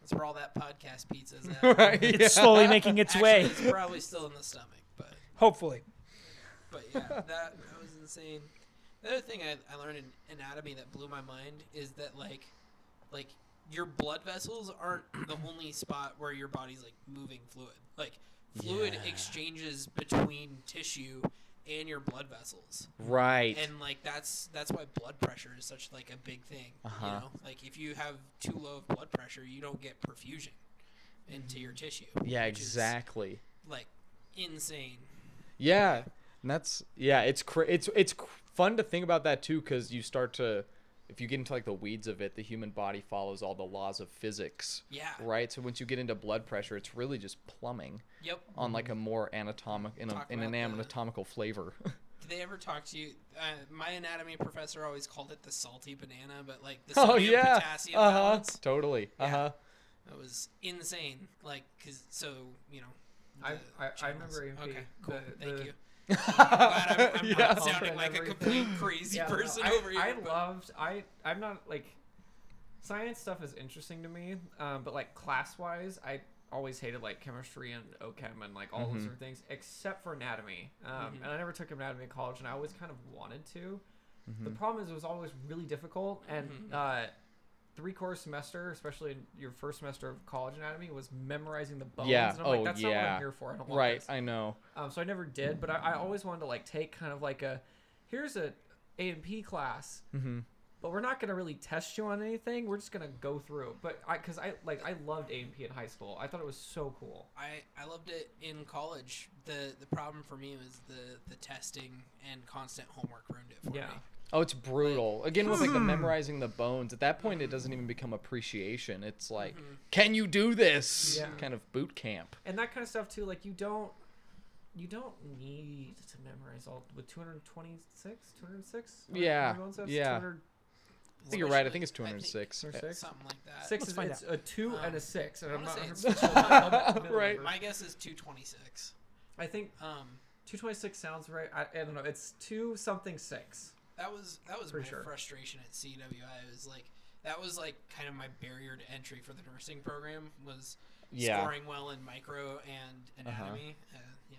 that's where all that podcast pizza is at
Right.
It's
yeah.
slowly making its
Actually,
way.
it's probably still in the stomach but
Hopefully.
But yeah, that, that was insane. The other thing I, I learned in anatomy that blew my mind is that like, like your blood vessels aren't the only spot where your body's like moving fluid. Like fluid
Yeah.
exchanges between tissue and your blood vessels,
Right.
and like that's that's why blood pressure is such like a big thing. You
Uh-huh.
know, like if you have too low of blood pressure, you don't get perfusion into your tissue.
Mm-hmm. yeah,
which is,
exactly.
Like insane.
Yeah, and that's yeah. It's cra- it's it's cr- fun to think about that too, because you start to, if you get into like the weeds of it, the human body follows all the laws of physics.
Yeah.
Right. So once you get into blood pressure, it's really just plumbing
Yep.
on like a more anatomic in, a,
Mm-hmm. Talk
in an
about the-
anatomical flavor.
Did they ever talk to you? Uh, my anatomy professor always called it the salty banana, but like the
oh
sodium
yeah.
potassium
Uh huh.
balance.
Totally. Uh huh.
That was insane. Like, cause so you know.
I,
the
I, I
channels.
remember. AMP,
Okay, cool.
the-
Thank
the-
you. Glad I'm, I'm
Yeah.
not sounding like a complete crazy
Yeah, no,
person
I,
over here.
I
but-
loved. I I'm not like science stuff is interesting to me, um, but like class wise, I always hated like chemistry and OChem and like all
Mm-hmm.
those different things, except for anatomy. Um,
Mm-hmm.
And I never took anatomy in college, and I always kind of wanted to.
Mm-hmm.
The problem is it was always really difficult, and
Mm-hmm.
uh, three course semester, especially in your first semester of college anatomy, was memorizing the bones.
Yeah,
And I'm like,
oh,
that's not what
yeah.
I'm here for. I don't want
Right.
this."
I know.
Um, so I never did,
Mm-hmm.
but I, I always wanted to like take kind of like a here's a A and P class. but we're not gonna really test you on anything. We're just gonna go through. it." But I, cause I like I loved AMP in high school. I thought it was so cool.
I, I loved it in college. The the problem for me was the, the testing and constant homework ruined it for
Yeah.
me.
Oh, it's brutal. Again, with like
Hmm.
the memorizing the bones. At that point, it doesn't even become appreciation. It's like,
Mm-hmm.
can you do this?
Yeah.
Kind of boot camp.
and that kind of stuff too. Like you don't, you don't need to memorize all with 226, 206.
Yeah, yeah. I think you're right. I
Especially-
think it's
I think
206.
Or
Uh,
six.
Something like that.
Six is
find
it's a two
Um,
and a six, and
I
I'm
wanna
not.
say it's
100%
Right.
sure.
My guess is 226.
I think
Um,
two twenty six sounds right. I, I don't know. It's two something six.
that was that was
For
my
sure.
frustration at CWI. It was like that was like kind of my barrier to entry for the nursing program was
Yeah.
scoring well in micro and anatomy. uh yeah,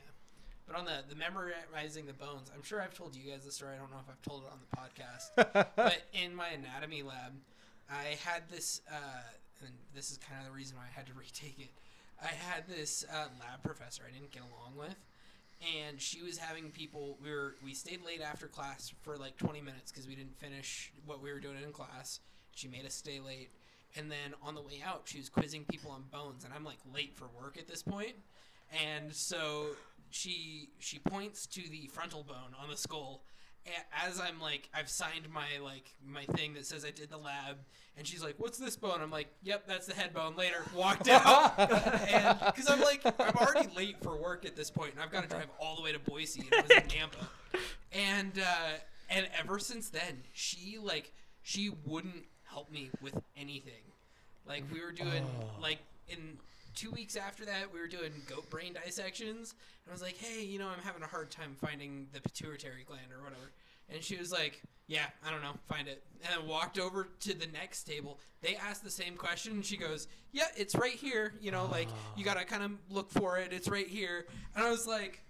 but on the the memorizing the bones, I'm sure I've told you guys the story. I don't know if I've told it on the podcast. but in my anatomy lab, I had this, uh, and this is kind of the reason why I had to retake it. I had this uh, lab professor I didn't get along with, and she was having people. We were we stayed late after class for like 20 minutes because we didn't finish what we were doing in class. She made us stay late, and then on the way out, she was quizzing people on bones, and I'm like late for work at this point, and so she she points to the frontal bone on the skull a- as I'm like I've signed my like my thing that says I did the lab, and she's like, "What's this bone?" I'm like, "Yep, that's the head bone." Later, walked out, and because I'm like I'm already late for work at this point, and I've got to drive all the way to Boise, and I was in Tampa, and uh, and ever since then, she like she wouldn't help me with anything. Like we were doing
Oh.
like in two weeks after that we were doing goat brain dissections and I was like, Hey, you know, I'm having a hard time finding the pituitary gland or whatever and she was like, Yeah, I don't know, find it and I walked over to the next table. They asked the same question and she goes, Yeah, it's right here, you know, like you gotta kinda look for it, it's right here and I was like,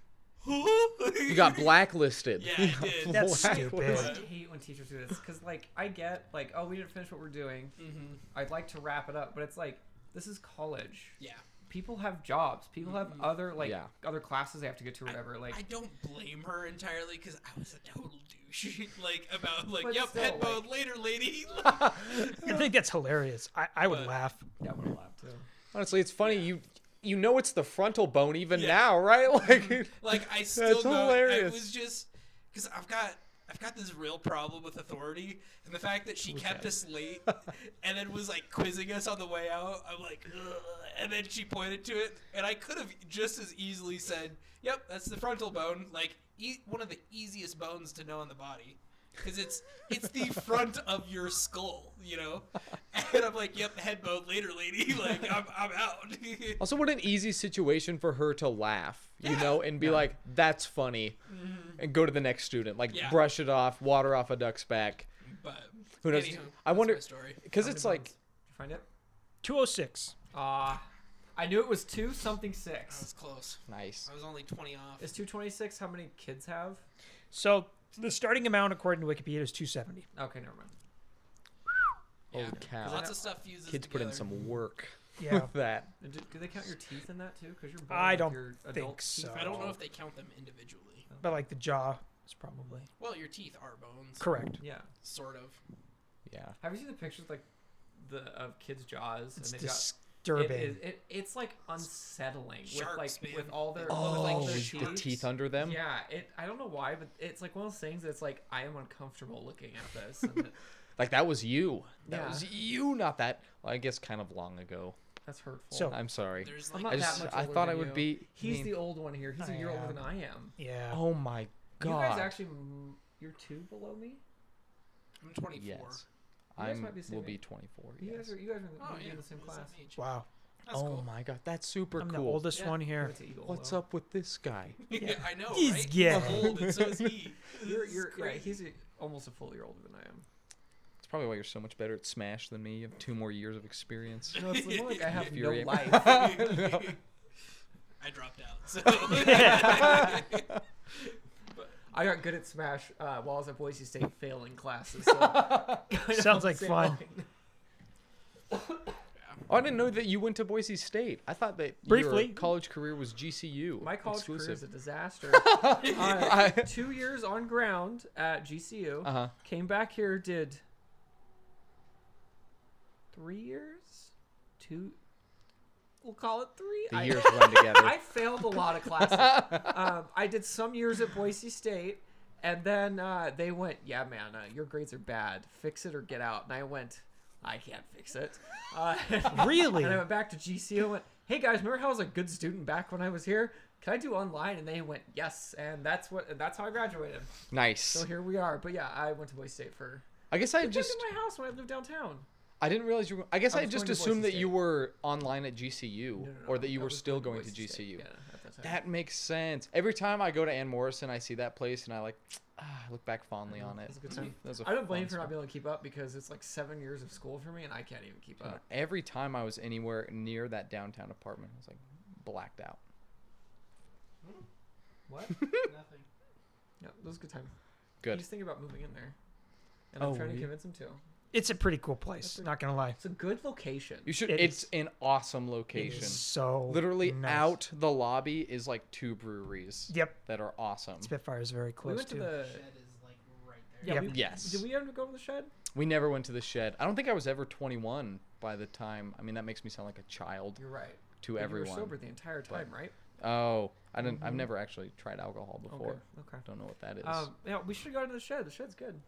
Huh?
You got blacklisted.
Yeah, I did.
That's
I
stupid.
hate when teachers do this because like I get like oh we didn't finish what we're doing.
hmm
I'd like to wrap it up, but it's like this is college.
Yeah.
People have jobs. People have other like
Yeah.
other classes they have to get to or whatever. like
Mm-hmm. I don't blame her entirely because I was a total douche. like about like,
But
yep,
still,
head bone
like-
later, lady.
I think that's hilarious. I, I would
But-
laugh.
yeah, we're allowed to.
Honestly, it's funny. You you know it's the frontal bone even
Yeah. Mm-hmm.
now, right? Like,
like I still know
hilarious.
I was just because I've got I've got this real problem with authority and the fact that she kept us late and then was like quizzing us on the way out. I'm like, Ugh. and then she pointed to it, and I could have just as easily said, "Yep, that's the frontal bone." Like e- one of the easiest bones to know in the body. Because it's it's the front of your skull, you know, and I'm like, "Yep, head bone later, lady." Like I'm, I'm out.
also, what an easy situation for her to laugh, you know, and be like, "That's funny," and go to the next student, like
Mm-hmm. Yeah.
brush it off, water off a duck's back.
but
Who knows?
anywho,
I
that's
wonder-
my story.
Because it's like,
Did you find it?
206.
Ah, I knew it was two something
I
six.
was close.
nice.
I was only 20 off.
Is two twenty six how many kids have?
So the starting amount according to Wikipedia is 270.
Okay, never mind.
Oh,
Yeah.
cow.
Lots of stuff uses
Kids put in
together.
some work
Mm-hmm. Yeah.
with that.
And Do, do they count your teeth in that too? Because you're born
I
with
don't
your
think
adult
so.
Teeth.
I don't know if they count them individually.
But like the jaw is probably
Well, your teeth are bones.
correct.
Yeah.
Sort of.
Yeah.
Have you seen the pictures like the of kids' jaws?
It's
they've
disturbing.
Got, it is, it, it's like unsettling
Sharks,
with like
man.
with all their
Oh,
with, like, their
with
The teeth under them.
Yeah, it. I don't know why, but it's like one of those things that's like I am uncomfortable looking at this. And it,
Like that was you. That
Yeah.
was you, not that. Well, I guess kind of long ago.
that's hurtful.
So-
I'm sorry.
There's
I'm
like
not
I
that
just-
much
I
older
thought
than
I would
you.
be-
He's
mean-
the old one here. He's a
I
year older
am.
than I am.
yeah.
Oh my god.
You guys actually, m- you're two below me.
I'm 24.
Yes.
guys
I'm
might be the same
will be
age.
24.
You
Yes.
guys are you guys are in the,
Oh,
you're
yeah.
in the same
We're the
class.
same age.
Wow.
That's
Oh
cool.
my god, that's super
I'm the
cool.
oldest
Yeah.
one here.
It's eagle,
What's
though.
up with this guy?
yeah, I know,
He's
right?
gay.
old, and so is he.
You're,
This is
you're, yeah,
crazy.
he's a, almost a full year older than I am.
It's probably why you're so much better at Smash than me. You have two more years of experience.
No, it's more like I have no
Infuriating.
life.
I dropped out. So.
I got good at Smash uh, while I was at Boise State failing classes. So kinda on
Sounds
the
like
same
fun.
line.
Oh, I didn't know that you went to Boise State. I thought that
Briefly.
your college career was GCU.
My college career is a
exclusive.
disaster. Uh, two years on ground at GCU.
Uh huh.
Came back here, did three years, two. We'll call it three.
The
I-
years run together.
I failed a lot of classes. um, I did some years at Boise State, and then uh, they went, "Yeah, man, uh, your grades are bad. Fix it or get out." And I went, "I can't fix it." Uh,
Really?
And I went back to GCO and went, "Hey guys, remember how I was a good student back when I was here? Can I do online?" And they went, "Yes." And that's what. And that's how I graduated. So
nice.
here we are. But yeah, I went to Boise State for.
I guess I
I just
just
in my house when I lived downtown.
I didn't realize you were. I guess
I
I,
was
just
going to Boise
assumed that you
State.
were online at GCU
No, no, no,
or that you
I
were
was
still going to
Boise
GCU.
State, yeah, at that time.
That makes sense. Every time I go to Ann Morrison, I see that place and I like ah, I look back fondly on it.
It was a good time.
That was a
I don't blame
fun
you for not
spot.
being able to keep up because it's like seven years of school for me and I can't even keep up.
Every time I was anywhere near that downtown apartment, I was like blacked out.
What?
Nothing.
Yeah, that was a good time.
Good.
He's thinking about moving in there. And
Oh,
I'm trying
we-
to convince him to.
It's a pretty cool place. Not gonna lie.
It's a good location.
You should.
It
it's
is-
an awesome
It
location.
is so
Literally
nice.
out the lobby is like two breweries.
Yep.
That are awesome.
Spitfire is very
we
close
went to
to.
the.
Shed is like right there.
Yeah,
Yep.
we,
Yes.
Did we ever go to the shed?
We never went to the shed. I don't think I was ever 21 by the time. I mean, that makes me sound like a child
You're right.
to
But
everyone.
You were sober the entire time, right? Oh,
Oh, I didn't. I've never actually tried alcohol before.
Okay.
Don't know what that is.
Um, yeah, we should go to the shed. The shed's good.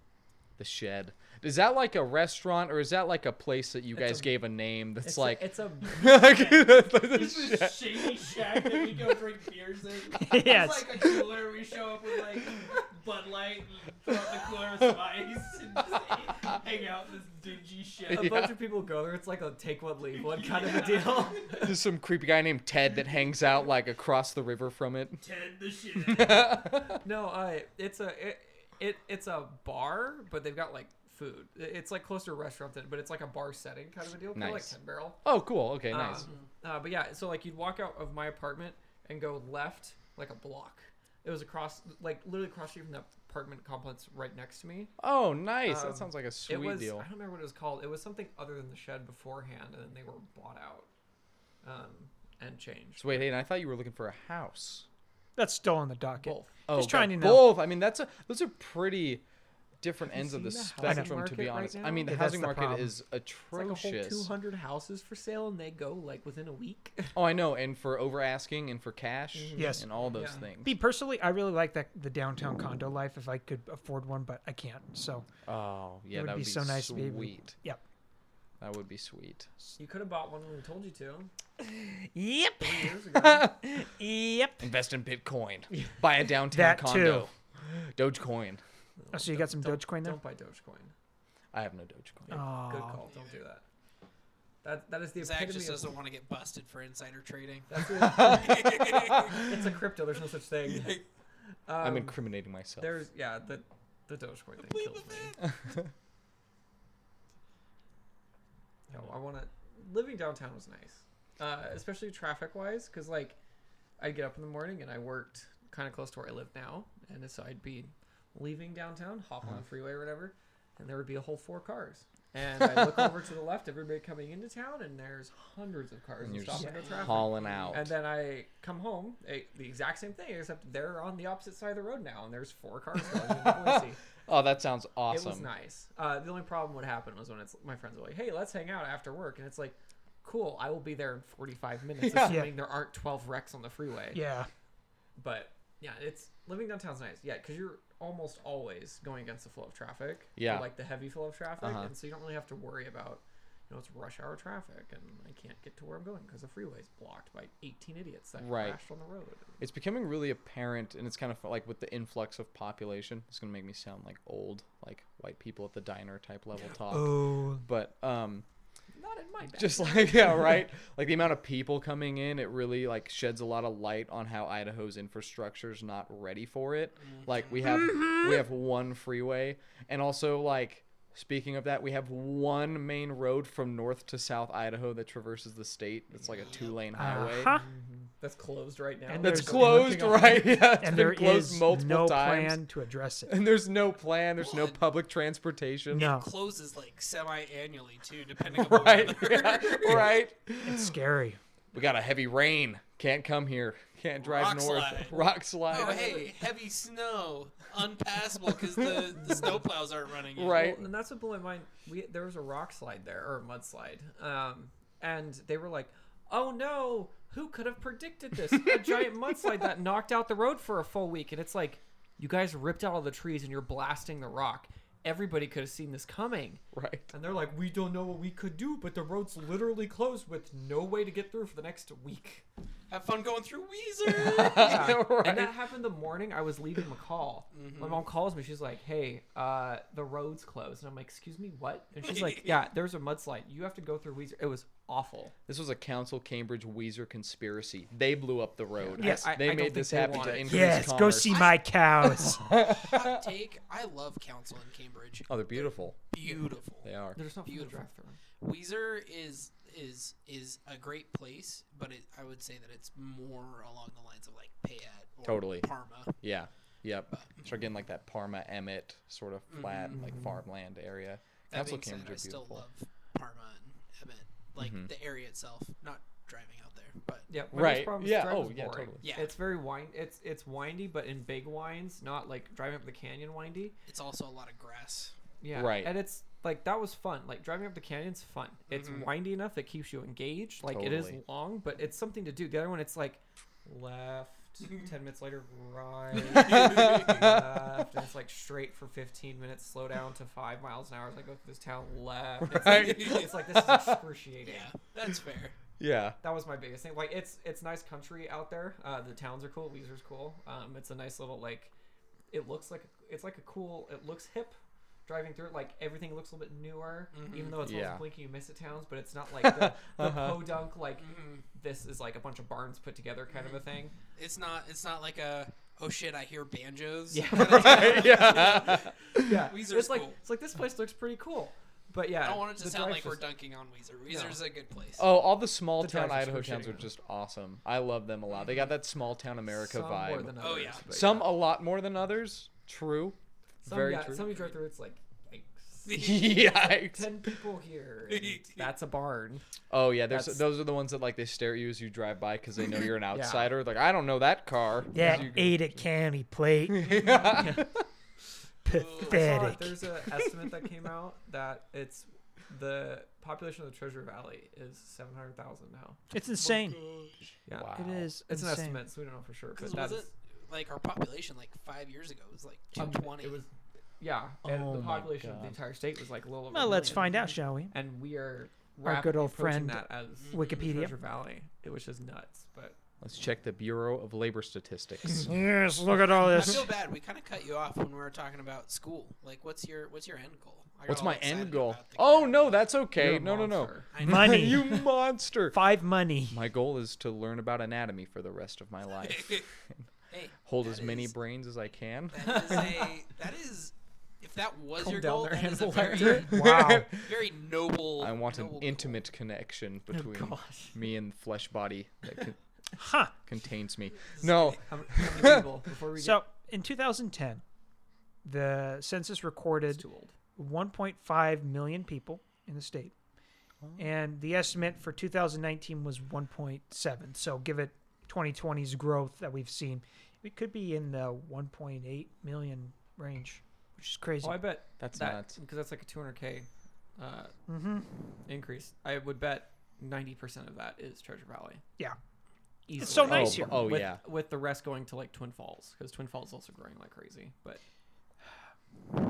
the shed. Is that like a restaurant or is that like a place that you
It's
guys
a-
gave a name that's
It's,
like?
A, it's a.
The
It's
shed.
this shady shack that we go drink beers in.
Yeah,
It's like a cooler. We show up with like Bud Light and fill up the cooler with some ice and just eat- hang out in this dingy
A
shed.
Yeah.
bunch of people go there. It's like a take one, leave one kind of a deal.
There's some creepy guy named Ted that hangs out like across the river from it.
Ted the shed.
No, uh, it's a it, it it's a bar, but they've got like food. I- It's like close to a restaurant, than- but it's like a bar setting kind of a deal, kind of like
Nice.
Ten Barrel.
Oh, cool. Okay, nice.
Um, uh, but yeah, so like you'd walk out of my apartment and go left like a block. It was across, like literally across the street from the apartment complex right next to me.
oh, nice.
um,
that sounds like a sweet
it was
deal.
I don't remember what it was called. It was something other than the shed beforehand, and then they were bought out um, and changed.
So wait, Hayden, I thought you were looking for a house.
That's still on the docket.
Both.
Just
but
trying to know.
Oh, Both. I mean, that's a those are pretty different ends of
seen
the,
the housing
spectrum, to
market
be
right
honest. I
now?
mean, the
Yeah, that's
housing
the
market
problem.
is
It's like a whole
atrocious.
200 houses for sale, and they go like within a week.
oh, I know. And for over asking and for cash
Yes.
and all those
Mm-hmm. Yeah.
things.
Me personally, I really like that the downtown condo life. If I could afford one, but I can't. So
Oh, yeah,
would
that
be
would be
so nice to be
sweet.
able to- yep.
That would be sweet.
You could have bought one when we told you to.
Yep.
Three years ago.
Yep.
Invest in Bitcoin. Buy a downtown
That
condo. Dogecoin.
Oh, so you got some
Don't-
Dogecoin there?
Don't buy Dogecoin.
I have no Dogecoin.
Aw.
Good call. Don't do that. That that is the
Zach
epitome
just
of-
doesn't want to get busted for insider trading.
that's the- it's a crypto. There's no such thing.
I'm
Um,
incriminating myself.
There's yeah the the Dogecoin thing
Leave
kills
it
me. no, I want to. Living downtown was nice, uh, especially traffic wise, because like I'd get up in the morning and I worked kind of close to where I live now, and so I'd be leaving downtown, hop
Uh-huh.
on the freeway or whatever, and there would be a whole four cars. And I look over to the left, everybody coming into town, and there's hundreds of cars
And
and,
you're just
stopping for traffic.
hauling out.
And then I come home, eh, the exact same thing, except they're on the opposite side of the road now, and there's four cars going into Boise.
oh, that sounds awesome.
It was nice. Uh, the only problem would happen was when it's my friends were like, "Hey, let's hang out after work," and it's like, "Cool, I will be there in 45 minutes,
Yeah.
assuming there aren't 12 wrecks on the freeway."
Yeah.
But yeah, it's living downtown's nice. Yeah, because you're almost always going against the flow of traffic. or,
Yeah.
like the heavy flow of traffic,
Uh-huh.
and so you don't really have to worry about. You know, it's rush hour traffic, and I can't get to where I'm going because the freeway's blocked by 18 idiots that
Right.
crashed on the road.
It's becoming really apparent, and it's kind of like with the influx of population. It's gonna make me sound like old, like white people at the diner type level talk.
Oh.
But um,
Not in my backyard.
just like yeah, right. like the amount of people coming in, it really like sheds a lot of light on how Idaho's infrastructure is not ready for it. Like we have
Mm-hmm.
we have one freeway, and also like speaking of that, we have one main road from north to south Idaho that traverses the state. It's like a two lane highway.
Uh-huh.
that's closed right now.
And
That's
There's-
closed, right? Yeah, it's
And there
been
is
closed multiple
no
times.
plan to address it.
And there's no plan. There's no
What?
public transportation.
No.
Closes like semi annually too, depending on
Oh. Right.
the weather.
yeah, right.
It's scary.
we got a heavy rain. Can't come here. Can't drive
Rock
north.
slide.
Rock slide.
Oh, hey, heavy snow, unpassable because the, the snowplows aren't running. Yet.
Right.
Well, and that's what blew my mind. We there was a rock slide there or a mudslide, um, and they were like, "Oh no, who could have predicted this? A giant mudslide that knocked out the road for a full week." And it's like, you guys ripped out all the trees and you're blasting the rock. Everybody could have seen this coming.
Right.
And they're like, "We don't know what we could do, but the road's literally closed with no way to get through for the next week."
Have fun going through Weezer.
Yeah.
Right. Mm-hmm.
And that happened the morning I was leaving McCall. My mom calls me. She's like, "Hey, uh, the road's closed." And I'm like, "Excuse me, what?" And she's like, "Yeah, there's a mudslide. You have to go through Weezer." It was awful.
This was a Council Cambridge Weezer conspiracy. They blew up the road.
Yes.
I- I
they
don't
made
think
this
they
happen
want
to
it.
increase
Yes, go
commerce.
see my cows.
Hot take. I love Council in Cambridge.
Oh, they're beautiful.
Beautiful.
They are.
There's not
Beautiful.
drive through.
Weezer is is is a great place, but it, I would say that it's more along the lines of like Payette or
Totally.
Parma.
Yeah. Yep. Start getting like that Parma Emmett sort of flat like farmland area.
That
Council
being said,
Cambridge
I
are
still
beautiful. Mm-hmm.
love Parma and Emmett, like the area itself, not driving out there, but
Yeah, my biggest
Right.
problem is
Yeah,
drive
oh,
is
yeah,
boring.
totally.
Yeah.
It's very wind. It's it's windy, but in big winds, not like driving up the canyon windy.
it's also a lot of grass.
Yeah.
Right.
And it's like that was fun. Like driving up the canyon's fun. It's windy enough that keeps you engaged. Like it is
Totally.
long, but it's something to do. The other one, it's like left. Ten minutes later, right, left, and it's like straight for fifteen minutes. Slow down to five miles an hour as I go through this town. Left. It's,
Right.
like, it's like this is excruciating.
Yeah, that's fair.
Yeah.
That was my biggest thing. Like it's it's nice country out there. Uh, the towns are cool. Weezer's cool. Um, it's a nice little like. It looks like it's like a cool. It looks hip. Driving through it, like everything looks a little bit newer, even though it's
Yeah.
always blinking you miss it towns, but it's not like the, the podunk like this is like a bunch of barns put together kind of a thing.
It's not it's not like a oh shit I hear banjos.
Yeah.
Right. Yeah.
Yeah,
Weezer's
it's like
cool.
it's like this place looks pretty cool, but yeah,
I don't want it to
the
sound
drive
like we're
was-
dunking on Weezer. Weezer's a good place.
Oh, all the small
The
town
drive is
Idaho towns are
excruciating.
just awesome. I love them a lot. They got that small town America
some
vibe.
more than
Oh,
others,
yeah.
but
some a lot more than others. True.
some,
Very
yeah,
true.
some you drive through, it's like, yikes.
Yikes.
ten people here. and That's a barn.
Oh yeah, there's
That's-
those are the ones that like they stare at you as you drive by because they know you're an outsider. Like I don't know that car.
That ate a county plate.
saw
Pathetic.
it. There's an estimate that came out that it's the population of the Treasure Valley is 700,000 now.
It's insane.
Yeah.
Wow.
It is.
It's an
insane.
estimate, so we don't know for sure. But
Because
that
was
is,
it like our population like five years ago was like
um,
220.
It was, yeah. And
Oh
the
my
population of
God.
the entire state was like a little over.
Well, let's
a million.
find out, shall we?
And we are
Our good
rapidly
old
approaching
friend
that as the
Wikipedia.
Treasure Valley, it was just nuts. But
Let's check the Bureau of Labor Statistics.
Yes, look at all
I
this.
feel bad. We kind of cut you off when we were talking about school. Like, what's your what's your end goal? I got
What's
all
my
excited
end goal?
about the-
Oh no, that's okay.
you're a
No, no, no.
monster.
I know.
Money.
you monster.
Five money.
My goal is to learn about anatomy for the rest of my life.
Hey,
Hold
that
as many
is-
brains as I can.
That is a that is if that was
Calm
your
down
goal,
there,
that is a
animal
very
Wow.
very noble.
I want an
noble goal.
intimate connection between
gosh.
me and the flesh body that con-
Huh.
contains me. No,
how many, how many people before we
So in 2010, the census recorded
get too old?
1.5 million people in the state,
Oh.
and the estimate for 2019 was 1.7. So give it 2020's growth that we've seen, it could be in the 1.8 million range, which is crazy.
Oh, I bet
That's nuts.
because that's like a 200k uh,
Mm-hmm.
increase. I would bet 90% of that is Treasure Valley.
yeah,
Easily.
so nice
Oh,
here.
oh,
with,
yeah.
with the rest going to like Twin Falls because Twin Falls is also growing like crazy. But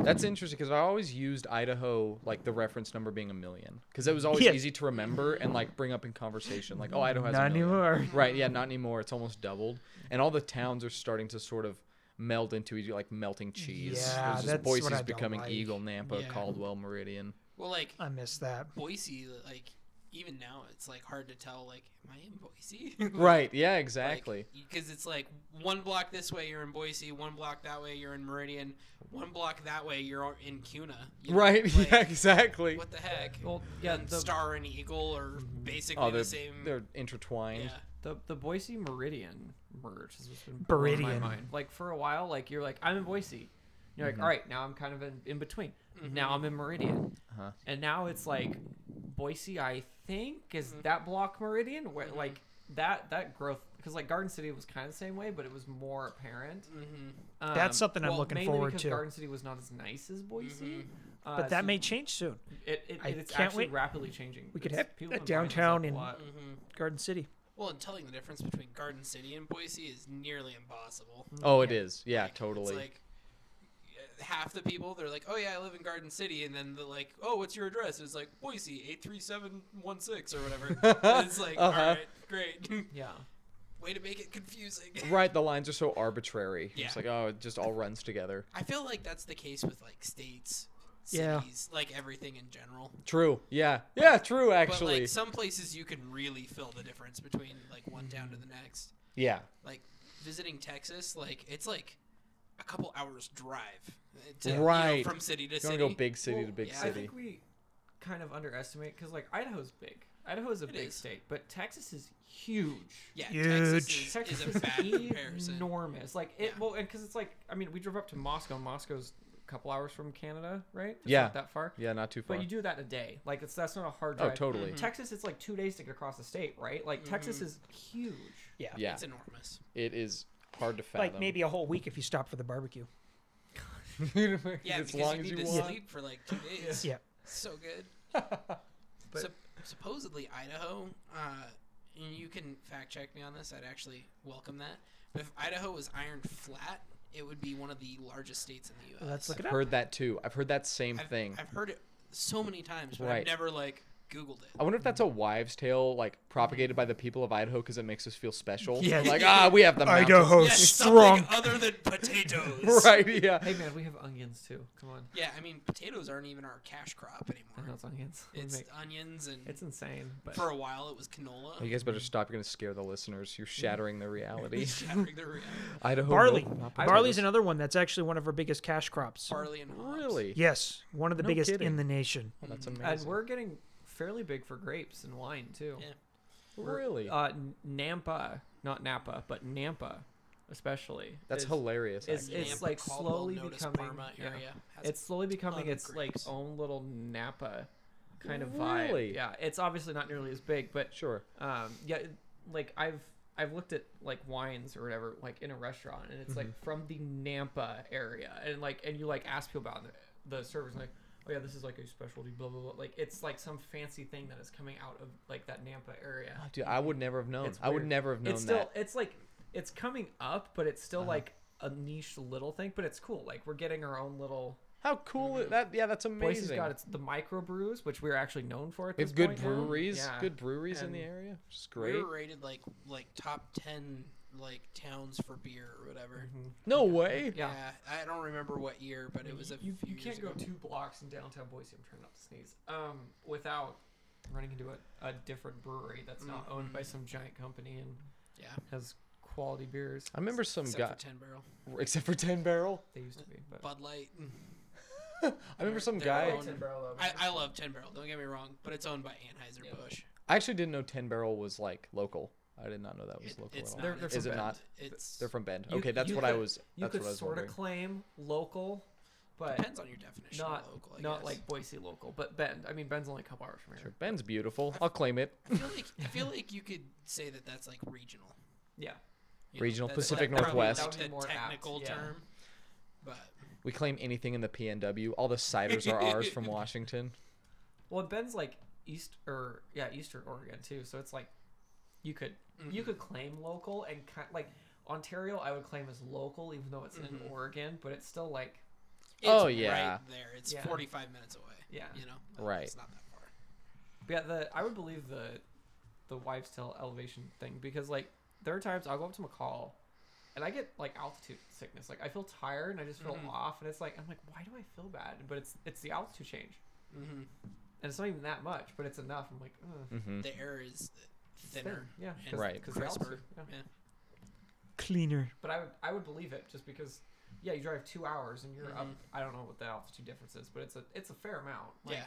That's interesting because I always used Idaho like the reference number being a million because it was always
Yeah.
easy to remember and like bring up in conversation. Like, oh, Idaho has
not
a million.
anymore.
Right? Yeah, not anymore. It's almost doubled, and all the towns are starting to sort of meld into each- like melting cheese.
Yeah,
It's just
that's what
Boise's
I don't
becoming
like.
Eagle, Nampa,
Yeah.
Caldwell, Meridian.
Well, like
I miss that.
Boise, like even now, it's like hard to tell. Like, am I in Boise?
Right? Yeah, exactly.
Because it's like one block this way, you're in Boise. One block that way, you're in Meridian. One block that way, you're in Cuna. you know?
right?
Like,
yeah, exactly.
What the heck?
well, yeah,
And
the,
Star and Eagle are basically
oh, they're
the same.
they're intertwined.
yeah.
the the Boise Meridian merge has just been blowing my
Meridian.
mind. Like for a while, like you're like I'm in Boise. You're
Mm-hmm.
Mm-hmm.
like, all right, now I'm kind of in, in between. Now I'm in Meridian,
Uh-huh.
and now it's like Boise, I think, is
Mm-hmm.
that block Meridian where like that that growth because like Garden City was kind of the same way, but it was more apparent.
Mm-hmm.
Um,
That's something I'm
well,
looking
mainly
forward
because
to. Mm-hmm.
Garden City was not as nice as Boise, uh,
but that
so
may change soon.
it, it,
I
it's
can't
actually
wait.
rapidly changing.
We could
It's-
have
people
that
have been buying those up
downtown
a
in-
lot.
Garden City.
Mm-hmm. Well, and telling the difference between Garden City and Boise is nearly impossible.
Oh, it is. Yeah,
Like,
totally.
It's like uh, half the people they're like, "Oh yeah, I live in Garden City," and then they're like, "Oh, what's your address?" It's like Boise eight three seven one six or whatever. And it's like,
Uh-huh.
"All right, great,
Yeah,
way to make it confusing.
right, the lines are so arbitrary.
Yeah.
It's like, oh, it just all runs together.
I feel like that's the case with like states,
Yeah.
cities, like everything in general.
True. Yeah. Yeah, true
but
actually.
like some places you can really feel the difference between like one town to the next.
yeah.
Like visiting Texas, like it's like a couple hours drive uh, to, you
Right.
know, from city to
You want
city.
to go big city
Well,
to big
yeah,
I
city.
think we kind of underestimate because like Idaho's big. Idaho's a big
is.
state, but Texas is huge.
Yeah, Texas
Huge.
is,
Texas
is a bad comparison.
enormous. Like it,
Yeah.
well, because it's like I mean, we drove up to Moscow. Moscow's a couple hours from Canada, right? It's
Yeah.
not that far.
Yeah, not too far.
But you do that in a day. Like it's that's not a hard
Oh,
drive.
Mm-hmm.
totally. Mhm.
Texas, it's like two days to get across the state, right? Like Texas is huge.
Yeah.
yeah.
It's enormous.
It is hard to fathom.
Like maybe a whole week if you stop for the barbecue.
Yeah,
as
because
long
you
as
need
you
to
want.
sleep for like two days.
Yeah.
So good. Sup- supposedly Idaho, uh, and you can fact check me on this. I'd actually welcome that. But if Idaho was iron flat, it would be one of the largest states in the U.S.
Let's look
I've
it up.
heard that too. I've heard that same
I've,
thing.
I've heard it so many times, but I've
Right.
never like Googled it.
I wonder if that's a wives' tale, like
Mm-hmm.
propagated by the people of Idaho, because it makes us feel special.
Yes.
Like ah, we have the mountains.
Oh,
Yes, something other than potatoes.
Right. Yeah.
Hey man, we have onions too. Come on,
Yeah, I mean potatoes aren't even our cash crop
I know
anymore.
it's onions. We
It's
make-
onions and
it's insane, but
for a while it was canola.
You guys better stop. You're gonna scare the listeners.
Mm-hmm.
You're shattering their reality.
Shattering the reality.
Idaho
Barley.
milk, Oh, not
Barley's
potatoes.
another one that's actually one of our biggest cash crops.
barley and hops.
really.
Yes, one of the
No
biggest in
kidding.
the nation.
Oh, that's amazing.
and we're getting fairly big for grapes and wine too.
Yeah.
really.
Uh, N- Nampa, not Napa, but Nampa, especially.
that's
is-
hilarious.
it's-
actually.
it's-
Nampa,
like,
Caldwell,
slowly
Notice,
becoming-
Parma
yeah.
area. Has
it's slowly becoming
ton of
its like
grapes.
own little Napa kind of vibe.
Really?
Yeah, it's obviously not nearly as big, but
sure.
um, yeah, it- like I've I've looked at like wines or whatever like in a restaurant, and it's
Mm-hmm.
like from the Nampa area, and like and you like ask people about it, the servers like. Oh yeah, this is like a specialty, blah blah blah. Like it's like some fancy thing that is coming out of like that Nampa area.
Dude, I would never have known.
It's
I would
weird.
never have known
it's still
that. Uh-huh.
it's like it's coming up, but it's still like a niche little thing. But it's cool. Like we're getting our own little.
How cool is that? Yeah, that's amazing.
Boise's Mm-hmm. got its the micro brews, which we're actually known for. At
we
this
have good
point now.
breweries.
Yeah.
Good breweries in the
And-
area, which is
We
great.
were rated like like top ten like towns for beer or whatever.
No way.
Yeah.
I don't remember what year, but it was a
Mm-hmm. you,
few
you
years
can't go
ago.
two blocks in downtown Boise. I'm trying not to sneeze. Um, without running into a, a different brewery that's not owned
Mm-hmm.
by some giant company and
Yeah,
has quality beers.
I remember some
except
guy,
for Ten Barrel,
except for Ten Barrel.
They used to be, but
Bud Light.
I remember some
they're
guy.
all- I, I love Ten Barrel. Don't get me wrong, but it's owned by Anheuser Busch.
I actually didn't know Ten Barrel was like local. I did not know that was
It,
local
it's
at all.
not.
They're- they're
it's
from
not.
Bend.
It's
They're from Bend.
You-
okay, that's
you
what I
could-
was.
you
That's
could
what I was
sort
wondering.
of claim local, but
depends on your definition
not
of local. I
not
guess.
like Boise local, but Bend. I mean, Bend's only a couple hours from here.
Sure. Bend's beautiful. I'll claim it.
I feel like I feel like you could say that that's like regional.
Yeah,
you know,
Regional
that's
Pacific
like probably, like,
Northwest.
That would be more
the
apt,
technical
yeah.
term, but
We claim anything in the PNW. All the ciders are ours from Washington.
well, Bend's like east or yeah, eastern Oregon too. So it's like you could you could
Mm-hmm.
claim local and kind like Ontario. I would claim as local, even though it's
Mm-hmm.
in Oregon, but it's still like
it's
Oh, yeah.
right there. It's
Yeah.
45 minutes away.
Yeah.
you know, Like,
Right.
It's not that far.
but yeah. The I would believe the the wives tale elevation thing because like there are times I'll go up to McCall. And I get like altitude sickness. Like I feel tired and I just feel
Mm-hmm.
off, and it's like I'm like, why do I feel bad? But it's it's the altitude change,
Mm-hmm.
and it's not even that much, but it's enough. I'm like, Ugh.
hmm
The air is
thin,
thinner.
Yeah,
Mm. and
'cause-
Right.
'cause the
crisper.
altitude, yeah.
Yeah.
Cleaner.
But I would I would believe it just because yeah, you drive two hours and you're up. I don't know what the altitude difference is, but it's a it's a fair amount. Like,
Mm-hmm.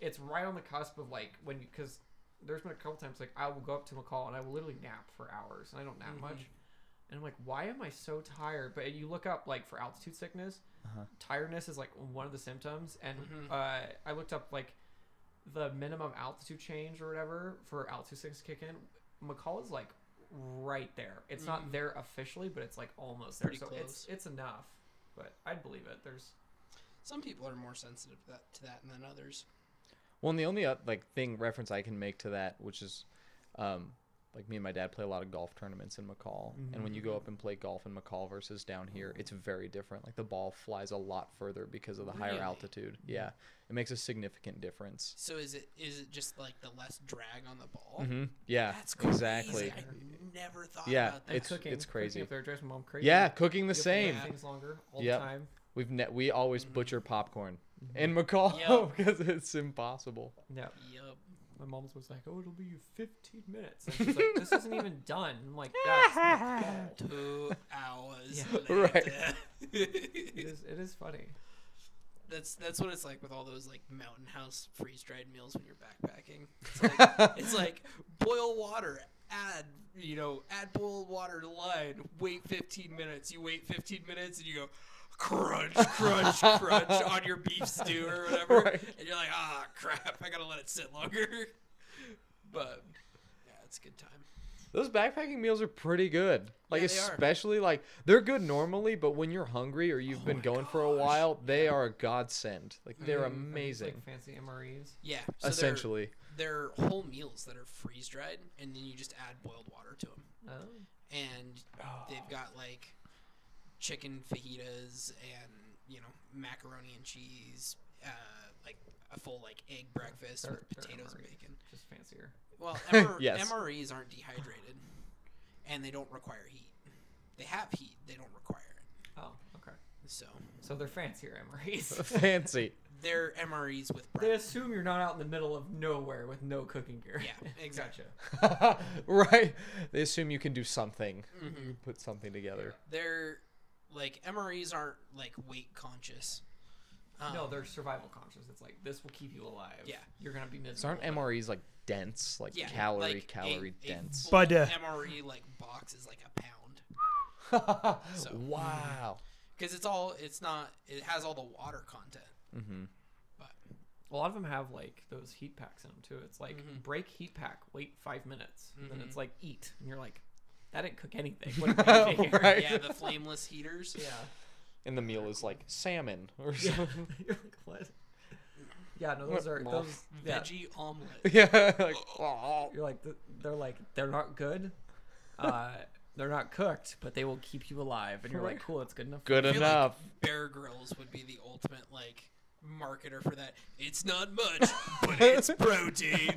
Yeah.
it's right on the cusp of like when you because there's been a couple times like I will go up to McCall and I will literally nap for hours and I don't nap
Mm-hmm.
much, and I'm like, why am I so tired? But you look up like for altitude
Uh-huh. Mm-hmm.
sickness, tiredness is like one of the symptoms, and uh, I looked up like the minimum altitude change or whatever for altitude six kick in, McCall is like right there. It's not there officially, but it's like almost there.
Mm-hmm. Pretty
so it's
close.
it's enough. But I'd believe it. There's
Some people are more sensitive to that, to that than others.
Well, and the only uh, like thing reference I can make to that, which is, um, like me and my dad play a lot of golf tournaments in McCall, and when you
Mm-hmm.
go up and play golf in McCall versus down here, it's very different. Like the ball flies a lot further because of the higher
Really? Mm-hmm.
altitude. Yeah, it makes a significant difference.
So is it is it just like the less drag on the ball?
hmm Yeah,
Mm-hmm. That's crazy.
exactly.
I never thought
Yeah,
about that.
it's
cooking.
it's crazy.
Cooking up there drives my mom crazy.
Yeah, cooking
You
the
have to
same.
make Things longer all
Yep.
the time.
We've ne- we always
Mm-hmm.
butcher popcorn in McCall because it's impossible.
Yeah.
Yup.
My mom's was like, "Oh, it'll be 15 minutes." And she's like, "This isn't even done." I'm like, "That's McCall."
two hours
Yeah.
later.
It is. It is funny.
that's that's what it's like with all those like mountain house freeze dried meals when you're backpacking. It's like, it's like boil water, add you know add boiled water to line, wait 15 minutes. You wait 15 minutes and you go crunch crunch crunch on your beef stew or whatever,
Right.
and you're like ah crap, I gotta let it sit longer. But yeah, it's a good time.
Those backpacking meals are pretty good. Like
they are.
especially like they're good normally, but when you're hungry or
Oh
you've been going for a while, they are a godsend. Like they're
I mean, it's
amazing.
Mm-hmm. Like fancy MREs.
Yeah, so they're-
essentially.
they're whole meals that are freeze dried, and then you just add boiled water to them.
Oh.
and
Oh.
they've got like chicken fajitas and you know macaroni and cheese, uh, like a full like egg breakfast
They're-
with
they're
potatoes and
MREs.
bacon.
Just fancier.
Well, MR-
E. Yes.
MREs aren't dehydrated, and they don't require heat. They have heat, they don't require it.
Oh, okay.
So
So they're fancier MREs.
Fancy.
they're MREs with
they
bread.
assume you're not out in the middle of nowhere with no cooking gear.
Yeah, exactly.
right. They assume you can do something.
Mm-hmm.
You put something together.
They're like MREs aren't like weight conscious. Um,
No, they're survival conscious. It's like this will keep you alive.
Yeah.
You're gonna be miserable.
So aren't MREs like dense, like
yeah,
calorie
like, a-
calorie
a
dense.
full
But, uh,
MRE like box is like a pound. so-
wow.
because it's all it's not it has all the water content
A lot of them have like those heat packs in them too. It's like break heat pack, wait five minutes, and then it's like eat, and you're like, that didn't cook anything. What am I eating here?
Right.
yeah the flameless heaters
Yeah.
And the meal is like salmon or
Yeah.
something.
You're like, what? Yeah. No, those are
Well,
those. Yeah.
veggie omelet
Yeah. like, oh.
You're like th- they're like they're not good. Uh, they're not cooked, but they will keep you alive, and you're like, cool, that's good enough.
Good
I feel
enough.
like bear grills would be the ultimate like marketer for that it's not much but it's protein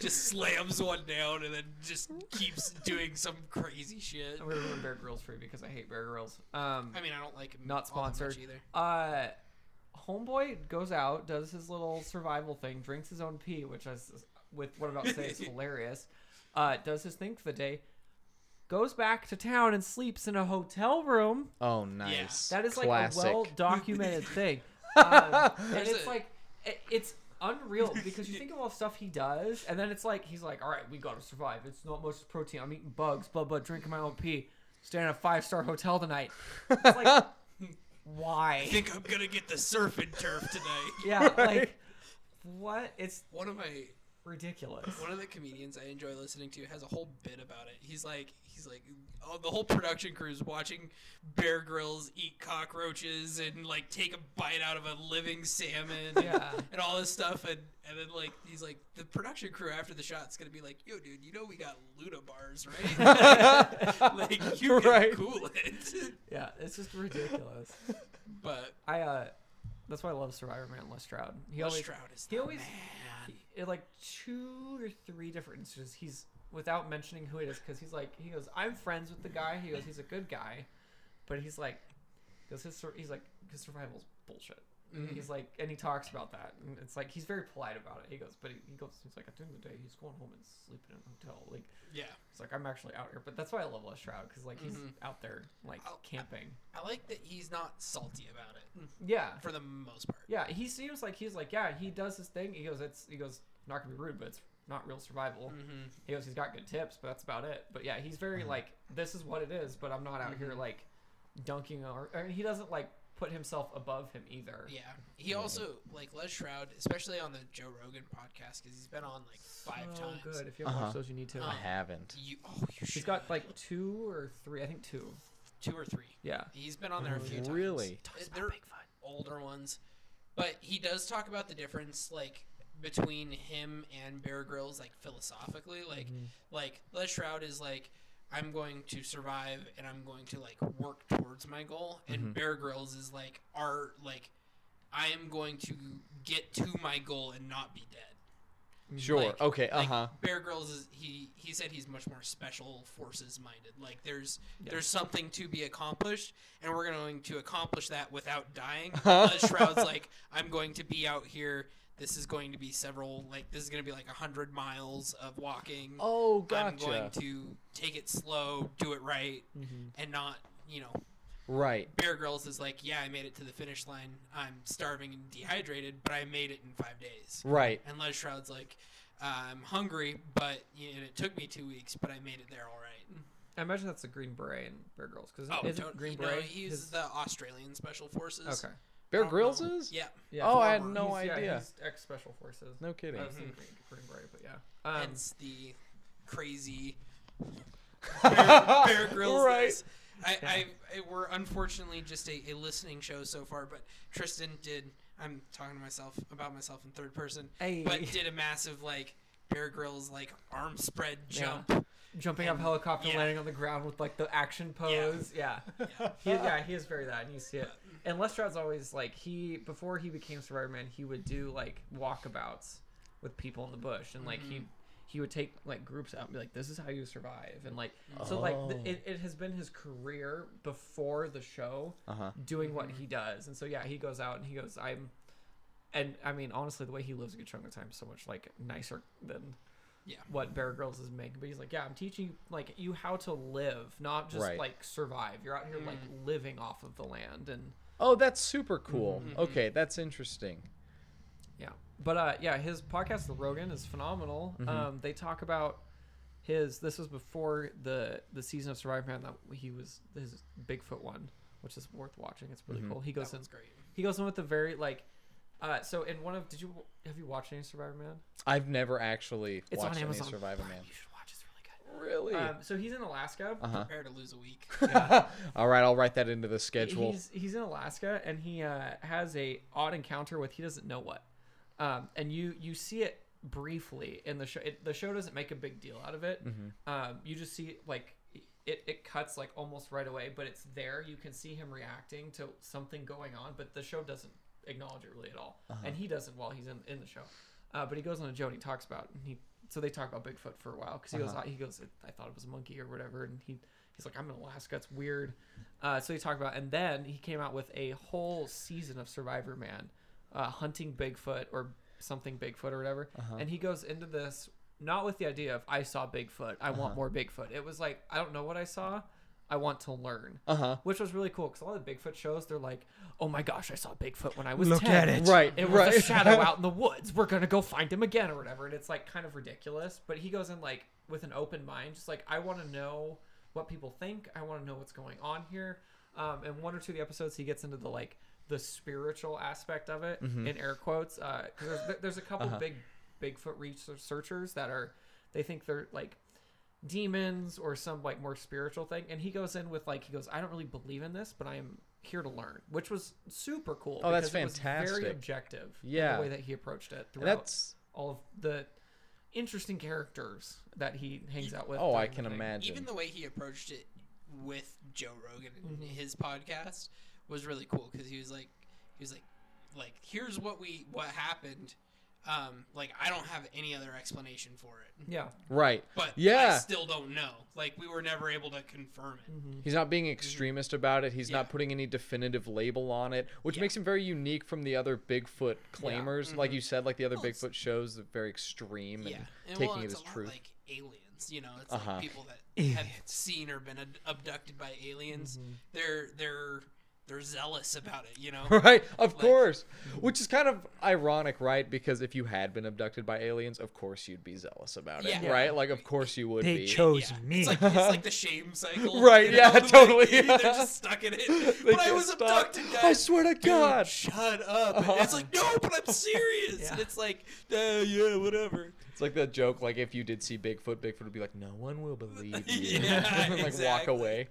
just slams one down and then just keeps doing some crazy shit
I'm gonna ruin Bear Grylls for you because I hate Bear Grylls. Um,
i mean i don't like them all
not
that
sponsored
much either
Uh, homeboy goes out, does his little survival thing, drinks his own pee, which is with what I'm about to say is hilarious. Uh, does his thing for the day, goes back to town and sleeps in a hotel room.
Oh, nice.
That is
Classic.
like a well documented thing. Um, and
There's
it's
a-
like it, it's unreal because you think of all the stuff he does, and then it's like he's like, "All right, we gotta survive. It's not much protein. I'm eating bugs, blah blah, drinking my own pee, staying at a five star hotel tonight." It's like, um,
i
why?
think i'm gonna get the surf and turf tonight
Yeah, like what? It's
one of my
ridiculous.
One of the comedians I enjoy listening to has a whole bit about it. He's like, he's like, oh, the whole production crew is watching Bear Grylls eat cockroaches and like take a bite out of a living salmon and,
Yeah.
and all this stuff. And, and then like, he's like, the production crew after the shot's going to be like, yo, dude, you know, we got Luna bars, right? like you can
Right.
cool it.
Yeah, it's just ridiculous.
but
I uh, that's why I love Survivor Man Les Stroud. He
Les
always
Stroud is
he
the
always-
man.
in like two or three different instances he's without mentioning who it is because he's like he goes i'm friends with the guy he goes he's a good guy but he's like because his sur- he's like his survival's bullshit
Mm-hmm.
And he's like and he talks about that and it's like he's very polite about it he goes but he, he goes he's like at the end of the day he's going home and sleeping in a hotel like
Yeah.
it's like i'm actually out here but that's why i love Les Stroud because like he's out there like
I'll-
camping
Mm-hmm. Oh, I like that he's not salty about it
yeah
for the most part.
yeah he seems like he's like yeah he does his thing he goes it's he goes not gonna be rude but it's not real survival
Mm. Mm-hmm.
he goes he's got good tips but that's about it but yeah
Mm-hmm.
he's very like this is what it is but i'm not out here like dunking or, or he doesn't like put himself above him either.
Yeah, he also like Les Shroud, especially on the Joe Rogan podcast, because he's been on like five
so
times.
Oh, good. If you haven't
Uh-huh.
watched those, you need to.
I haven't.
You, oh, you should.
He's got like two or three. I think two.
two or three.
Yeah.
He's been on there a few times.
Really?
Uh, They're older ones, but he does talk about the difference like between him and Bear Grylls, like philosophically. Like, like Les Shroud is like, I'm going to survive and I'm going to like work towards my goal, and Bear Grylls is like, are like, I am going to get to my goal and not be dead.
Sure.
Like-
okay. Uh
like,
huh.
Bear Grylls is he he said he's much more special forces minded. Like there's there's something to be accomplished, and we're going to accomplish that without dying. Uh, Shroud's like I'm going to be out here. This is going to be several like this is going to be like a hundred miles of walking.
oh,
I'm going to take it slow, do it right,
Mm-hmm.
and not you know.
Right.
Bear Grylls is like, yeah, I made it to the finish line. I'm starving and dehydrated, but I made it in five days.
Right.
And Les Shroud's like, I'm hungry, but you know, it took me two weeks, but I made it there all right.
I imagine that's the Green Beret and Bear Girls because
Oh,
isn't
don't,
Green
you know,
Beret
he's
his-
the Australian Special Forces.
okay.
Bear
I don't
Grylls
know.
is.
Oh, Yeah.
Yeah.
Oh, I had
Former-
no
he's- yeah,
idea.
he's ex Special Forces.
No kidding.
Oh,
I was
hmm.
thinking Green, Green Beret, but yeah. Um,
Hence the crazy Bear, Bear Grylls.
Right.
is. I, I, I, we're unfortunately just a, a listening show so far, but Tristan did. I'm talking to myself about myself in third person,
Hey.
but did a massive like Bear Grylls like arm spread
Yeah. Uh-huh.
jump.
jumping up helicopter,
yeah.
landing on the ground with like the action pose. Yeah, yeah, he, yeah, he is very that, and you see it. And Lestrade's always like he before he became Spider-Man, he would do like walkabouts with people in the bush, and like he he would take like groups out and be like, "This is how you survive," and like so like th- it, it has been his career before the show
Uh-huh.
doing what he does, and so yeah, he goes out and he goes, "I'm." And I mean, honestly, the way he lives a good chunk of the time is so much like nicer than
Yeah.
what Bear Grylls is making, but he's like, yeah, I'm teaching like you how to live, not just
Right.
like survive. You're out here like living off of the land, and
Oh, that's super cool.
Mm-hmm,
Okay, that's interesting.
yeah. But uh, yeah, his podcast, The Rogan, is phenomenal.
Mm-hmm.
Um, they talk about his. This was before the the season of Survivor Man that he was his Bigfoot one, which is worth watching. It's
Mm-hmm.
really cool. He goes
That
in.
one's great.
He goes in with the very like. Uh, so in one of did you have you watched any Survivor Man?
I've never actually
It's
watched
on
any
Amazon.
Survivor Man.
You should watch. It's really
Really?
good. Um, so he's in Alaska.
Prepare to lose a week.
All right, I'll write that into the schedule.
He's he's in Alaska and he uh, has a odd encounter with he doesn't know what, um, and you you see it briefly in the show. It, the show doesn't make a big deal out of it. Um, you just see like it it cuts like almost right away, but it's there. You can see him reacting to something going on, but the show doesn't acknowledge it really at all, and he doesn't while he's in in the show. Uh, but he goes on a joke and he talks about and he so they talk about Bigfoot for a while because he goes he goes I thought it was a monkey or whatever and he he's like I'm in Alaska it's weird uh, so he talked about and then he came out with a whole season of Survivor Man uh, hunting Bigfoot or something Bigfoot or whatever
Uh-huh.
and he goes into this not with the idea of I saw Bigfoot I
Uh-huh.
want more Bigfoot it was like I don't know what I saw I want to learn
Uh-huh.
which was really cool because a lot of the Bigfoot shows they're like oh my gosh I saw Bigfoot when I was
Look
10.
at it.
Right,
It was
right.
a shadow out in the woods. We're gonna go find him again or whatever. And it's like kind of ridiculous. But he goes in like with an open mind, just like I want to know what people think. I want to know what's going on here. Um, and one or two of the episodes, he gets into the like the spiritual aspect of it
Mm-hmm.
in air quotes. Because there's, there's a couple
Uh-huh.
big Bigfoot researchers that are they think they're like demons or some like more spiritual thing and he goes in with like he goes i don't really believe in this but i am here to learn which was super cool
Oh, that's
because it was very
fantastic.
objective in
Yeah.
the way that he approached it throughout
And that's
all of the interesting characters that he hangs out with
oh, I
during the
can
thing.
imagine.
even the way he approached it with Joe Rogan and his podcast was really cool because he was like, he was like, like here's what we what happened. Um, like I don't have any other explanation for it,
yeah
right.
but I
yeah. Mm-hmm.
still don't know. Like we were never able to confirm it.
He's not being extremist about it. He's
Mm-hmm. Yeah.
not putting any definitive label on it, which
Yeah. Mm-hmm.
makes him very unique from the other Bigfoot claimers. Like you said, like the other
Well, it's-
Bigfoot shows, they're very extreme and,
Yeah, and
taking
well,
it
it's
as
a lot
truth.
like aliens. You know, it's
Uh-huh.
like people that have seen or been ad- abducted by aliens. They're they're they're zealous about it, you know.
Right, of
Like-
course.
mm-hmm.
Which is kind of ironic, right? Because if you had been abducted by aliens, of course you'd be zealous about it,
Yeah.
right? Like, of course you would
They
be.
chose
Yeah,
me.
It's like, it's like the shame cycle.
Right, yeah, totally,
Like,
yeah.
They're just stuck in it.
They
but I
can't
was
stop.
abducted,
I
guys.
swear to God. Uh-huh.
Dude, shut up. And It's like, no, but I'm serious. And it's like, uh, yeah, whatever.
It's like the joke, like if you did see Bigfoot, Bigfoot would be like, "No one will believe you,"
Yeah,
like walk
exactly.
away.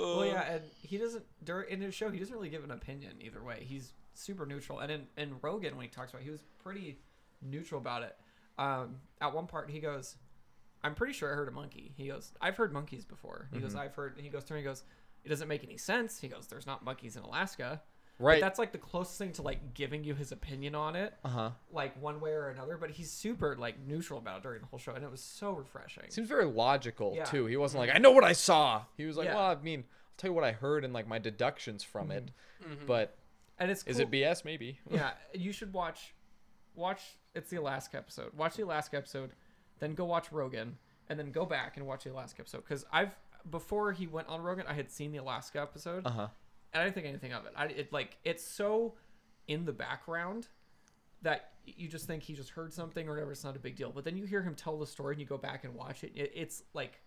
Well,
Uh,
yeah, and he doesn't during in his show he doesn't really give an opinion either way. He's super neutral, and in, in Rogan when he talks about, it, he was pretty neutral about it. Um, at one part, he goes, "I'm pretty sure I heard a monkey." He goes, "I've heard monkeys before." He
Mm-hmm.
goes, "I've heard." He goes, "Turn." He goes, "It doesn't make any sense." He goes, "There's not monkeys in Alaska." But
Right.
that's like the closest thing to like giving you his opinion on it,
Uh huh.
like one way or another. But he's super like neutral about it during the whole show, and it was so refreshing.
Seems very logical
Yeah. Mm-hmm.
too. He wasn't like, "I know what I saw." He was like,
Yeah.
"Well, I mean, I'll tell you what I heard and like my deductions from it, but
And it's Mm-hmm. cool.
is it BS? Maybe."
yeah, you should watch watch it's the Alaska episode. Watch the Alaska episode, then go watch Rogan, and then go back and watch the Alaska episode cuz I've before he went on Rogan, I had seen the Alaska episode.
Uh-huh.
And I didn't think anything of it. I it like it's so in the background that you just think he just heard something or whatever, it's not a big deal. But then you hear him tell the story and you go back and watch it. it it's like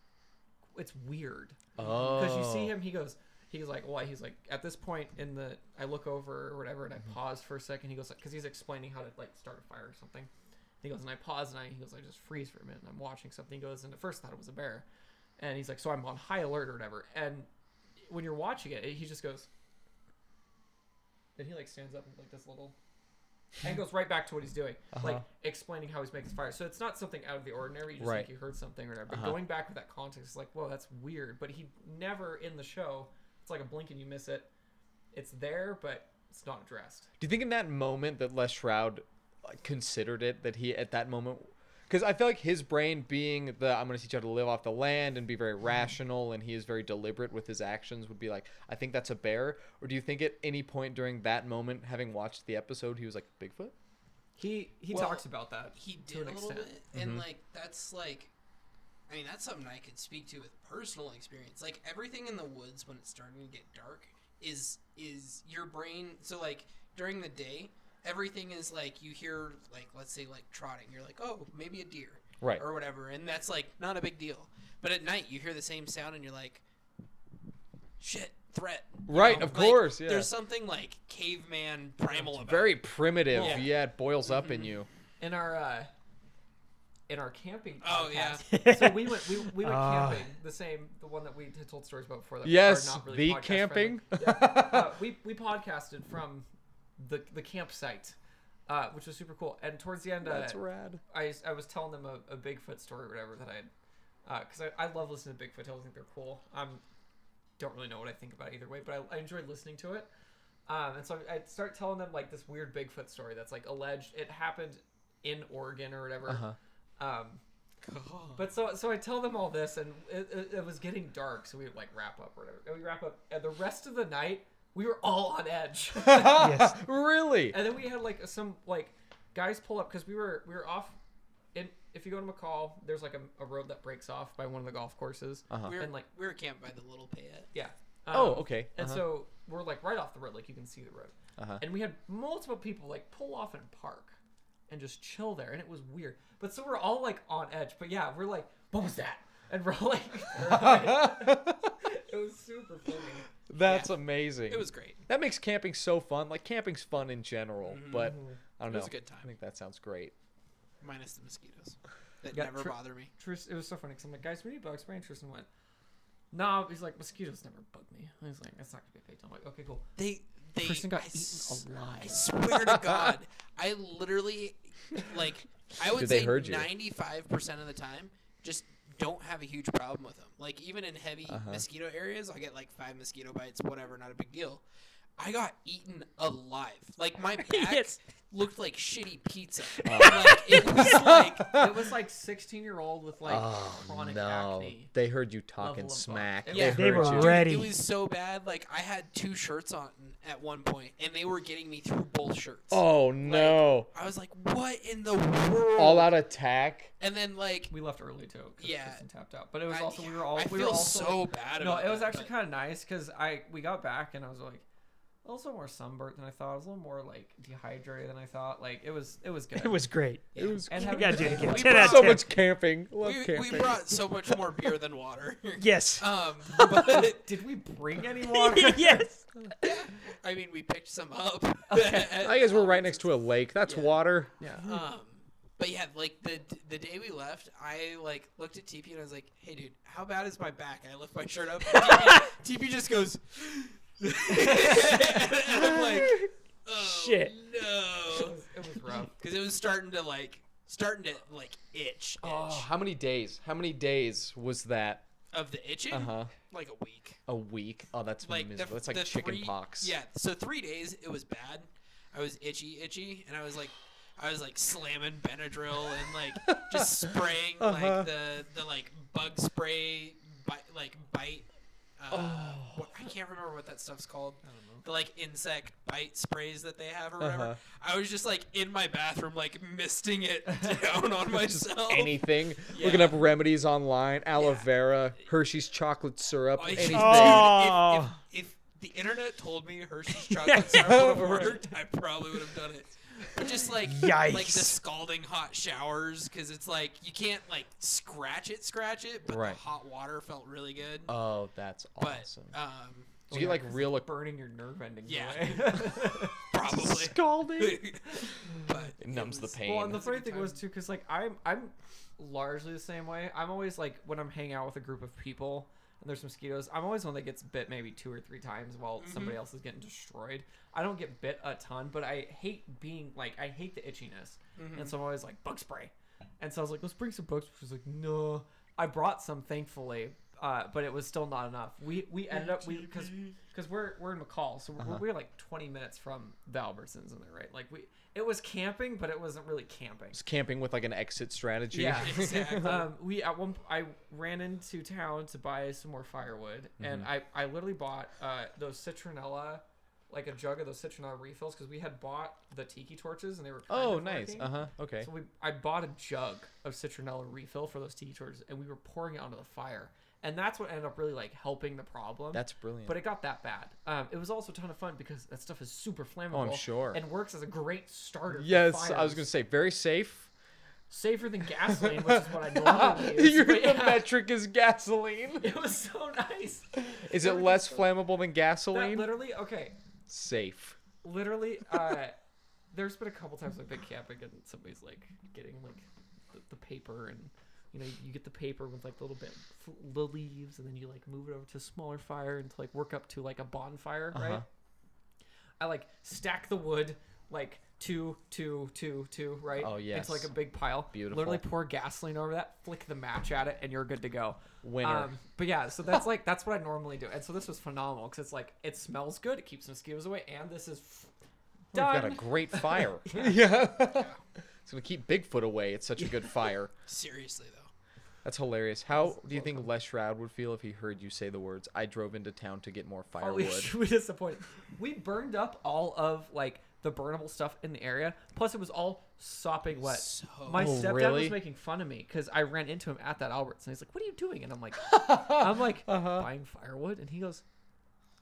it's weird
Oh.
because you see him he goes he's like why he's like at this point in the i look over or whatever and i pause for a second he goes because he's explaining how to like start a fire or something he goes and i pause and i he goes i just freeze for a minute and i'm watching something he goes and at first i thought it was a bear and he's like so i'm on high alert or whatever and when you're watching it he just goes then he like stands up and like this little and goes right back to what he's doing, like explaining how he's making the fire. So it's not something out of the ordinary. You just
Right.
think you heard something or whatever. But going back with that context, it's like, whoa, that's weird. But he never in the show. It's like a blink and you miss it. It's there, but it's not addressed.
Do you think in that moment that Les Shroud like, considered it that he at that moment? Because I feel like his brain being the I'm going to teach you how to live off the land and be very rational, and he is very deliberate with his actions. Would be like, I think that's a bear. Or do you think at any point during that moment, having watched the episode, he was like Bigfoot?
He he
Well,
talks about that.
he
to an
did a little
extent.
bit, and
Mm-hmm.
like that's like, I mean, that's something I could speak to with personal experience. Like everything in the woods when it's starting to get dark is is your brain. So like during the day, everything is like you hear like let's say like trotting. You're like oh maybe a deer
Right.
or whatever, and that's like not a big deal. But at night you hear the same sound and you're like, shit threat. you
Right,
know?
of
Um, Like,
course, yeah.
There's something like caveman primal about
Very
it.
primitive.
Yeah.
Yeah, it boils up in you.
in our uh, in our camping.
Oh, yeah.
podcast. so we went we, we went
Ah.
camping. The same the one that we had told stories about before. That
Yes,
are not really
the
podcast
camping.
friendly. Yeah. Uh, we we podcasted from the the campsite, uh, which was super cool. And towards the end, uh,
That's rad.
I, I was telling them a, a Bigfoot story or whatever that I had, because I, I love listening to Bigfoot tales. I think they're cool. I um, don't really know what I think about it either way, but I, I enjoyed listening to it. Um, and so I I'd start telling them like this weird Bigfoot story that's like alleged it happened in Oregon or whatever. Um, but so so I tell them all this, and it, it, it was getting dark, so we would like wrap up or whatever. And we wrap up, and the rest of the night we were all on edge.
yes.
Really?
And then we had like some like guys pull up because we were we were off. In if you go to McCall, there's like a, a road that breaks off by one of the golf courses.
Uh-huh.
We were,
And, like-
we were camped by the little payette.
Yeah.
Oh,
Um,
okay.
And
Uh-huh.
so we're like right off the road, like you can see the road.
Uh-huh.
And we had multiple people like pull off and park and just chill there, and it was weird. But so we're all like on edge. But yeah, we're like, what was that? And we're like, it was super funny.
That's amazing.
It was great.
That makes camping so fun. Like camping's fun in general, but I don't know.
was a good time.
I think that sounds great.
Minus the mosquitoes. That
Yeah,
never
tr-
bother me.
Tris, it was so funny because I'm like, guys, we need bug spray. And Tristan went, nah. He's like, mosquitoes never bug me. And he's like, that's not gonna be a big deal. I'm like, okay, cool.
They they
Person got
I s-
eaten
I
alive.
swear to God, I literally like I would
Did they
say
hurt you?
ninety five percent of the time just don't have a huge problem with them. Like even in heavy
Uh-huh.
mosquito areas, I'll get like five mosquito bites, whatever, not a big deal. I got eaten alive. Like my back
Yes.
looked like shitty pizza.
Oh.
Like, it was like
it was like 16 year old with like
Oh,
chronic acne.
Oh, They heard you
Level
talking
of
smack.
bump.
They,
Yeah.
They
heard
were
you.
Dude,
ready.
It was so bad. Like I had two shirts on at one point, and they were getting me through both shirts.
Oh
Like,
no!
I was like, "What in the world?"
All out attack.
And then like,
We left early too. 'cause
Yeah.
Tristan tapped out. But it was
I,
also we were all
I
we
feel
were also,
so bad.
No,
about
it was
that,
actually
but-
kind of nice because I we got back and I was like, a little more sunburnt than I thought. I was a little more like dehydrated than I thought. Like it was, it was good.
It was great.
It was
And
You
having
gotta
to
do it
take
again.
away-
We
Ten out of
so
ten.
much camping. Love
We, we
camping.
brought so much more beer than water.
Yes.
Um, but
Did we bring any water?
yes.
I mean, we picked some up.
I guess we're right next to a lake. That's water.
yeah.
Um, but yeah, like the the day we left, I like looked at TP and I was like, "Hey, dude, how bad is my back?" And I lift my shirt up. and TP, TP just goes, and I'm like, oh,
Shit.
no,"
It was rough.
because it was starting to like starting to like itch, itch.
Oh, how many days? How many days was that?
of the itching,
Uh huh.
like a week.
A week. Oh, that's
Like
miserable.
the,
That's like
the
chicken
three-
pox.
Yeah, so three days it was bad. I was itchy, itchy, and I was like, I was like slamming Benadryl and like just spraying
Uh-huh.
like the the like bug spray, bite, like bite.
Oh.
Uh, what- I can't remember what that stuff's called. I don't know. The like insect bite sprays that they have or whatever.
Uh-huh.
I was just like in my bathroom, like misting it down on
Oh.
myself.
Anything. Looking
Yeah.
up remedies online. Aloe
Yeah.
vera, Hershey's chocolate syrup,
Like,
anything.
dude,
Oh.
If, if, if the internet told me Hershey's chocolate syrup would have worked, I probably would have done it. But just like like the
Yikes.
scalding hot showers, because it's like you can't like scratch it, scratch it, but
Right.
the hot water felt really good.
Oh, that's
but
awesome.
uh,
um,
Did you get like real ac-
Burning your nerve endings
Yeah.
away.
probably.
scalding?
but
It numbs
was-
the pain.
Well, and the funny
good
thing was
time.
too, because like I'm I'm largely the same way. I'm always like when I'm hanging out with a group of people and there's mosquitoes, I'm always one that gets bit maybe two or three times while somebody else is getting destroyed. I don't get bit a ton, but I hate being like I hate the itchiness, and so I'm always like bug spray. And so I was like, let's bring some bug spray. She's like, no. I brought some thankfully. Uh, but it was still not enough. We we ended up we because because we're we're in McCall, so we're, we're like 20 minutes from the Albertsons in there, right? Like we it was camping, but it wasn't really camping.
Just camping with like an exit strategy.
Yeah.
Exactly.
Um, we at one p- I ran into town to buy some more firewood, and
Mm-hmm.
I I literally bought uh, those citronella, like a jug of those citronella refills because we had bought the tiki torches and they were kind
oh,
of
nice.
working.
Uh huh. Okay.
So we I bought a jug of citronella refill for those tiki torches, and we were pouring it onto the fire, and that's what ended up really like helping the problem.
That's brilliant.
But it got that bad. Um, it was also a ton of fun because that stuff is super flammable.
Oh, sure.
And works as a great starter. for
yes, I was
fires.
gonna say very safe.
safer than gasoline, which is what I normally use.
Your
but
the
yeah,
metric is gasoline.
It was so nice.
Is it less flammable than
That
gasoline?
literally, okay,
Safe.
literally, uh, there's been a couple times I've been camping and somebody's like getting like the, the paper and. You know, you get the paper with like the little bit f- little leaves, and then you like move it over to a smaller fire and to like work up to like a bonfire, right?
Uh-huh.
I like stack the wood like two, two, two, two, right?
Oh,
It's like
yes.
a big pile.
Beautiful.
Literally pour gasoline over that, flick the match at it, and you're good to go.
Winner.
Um, but yeah, so that's like that's what I normally do, and so this was phenomenal because it's like it smells good, it keeps mosquitoes away, and this is f-
We've
done.
got a great fire. yeah. It's gonna keep Bigfoot away. It's such a good fire.
seriously though,
That's hilarious. How do you think Les Shroud would feel if he heard you say the words, "I drove into town to get more
Holy
firewood"?
shit, we disappointed. We burned up all of like the burnable stuff in the area. Plus, it was all sopping wet.
So-
My
Oh,
stepdad
really?
was making fun of me because I ran into him at that Alberts, and he's like, "What are you doing?" And I'm like, "I'm like
Uh-huh.
buying firewood," and he goes,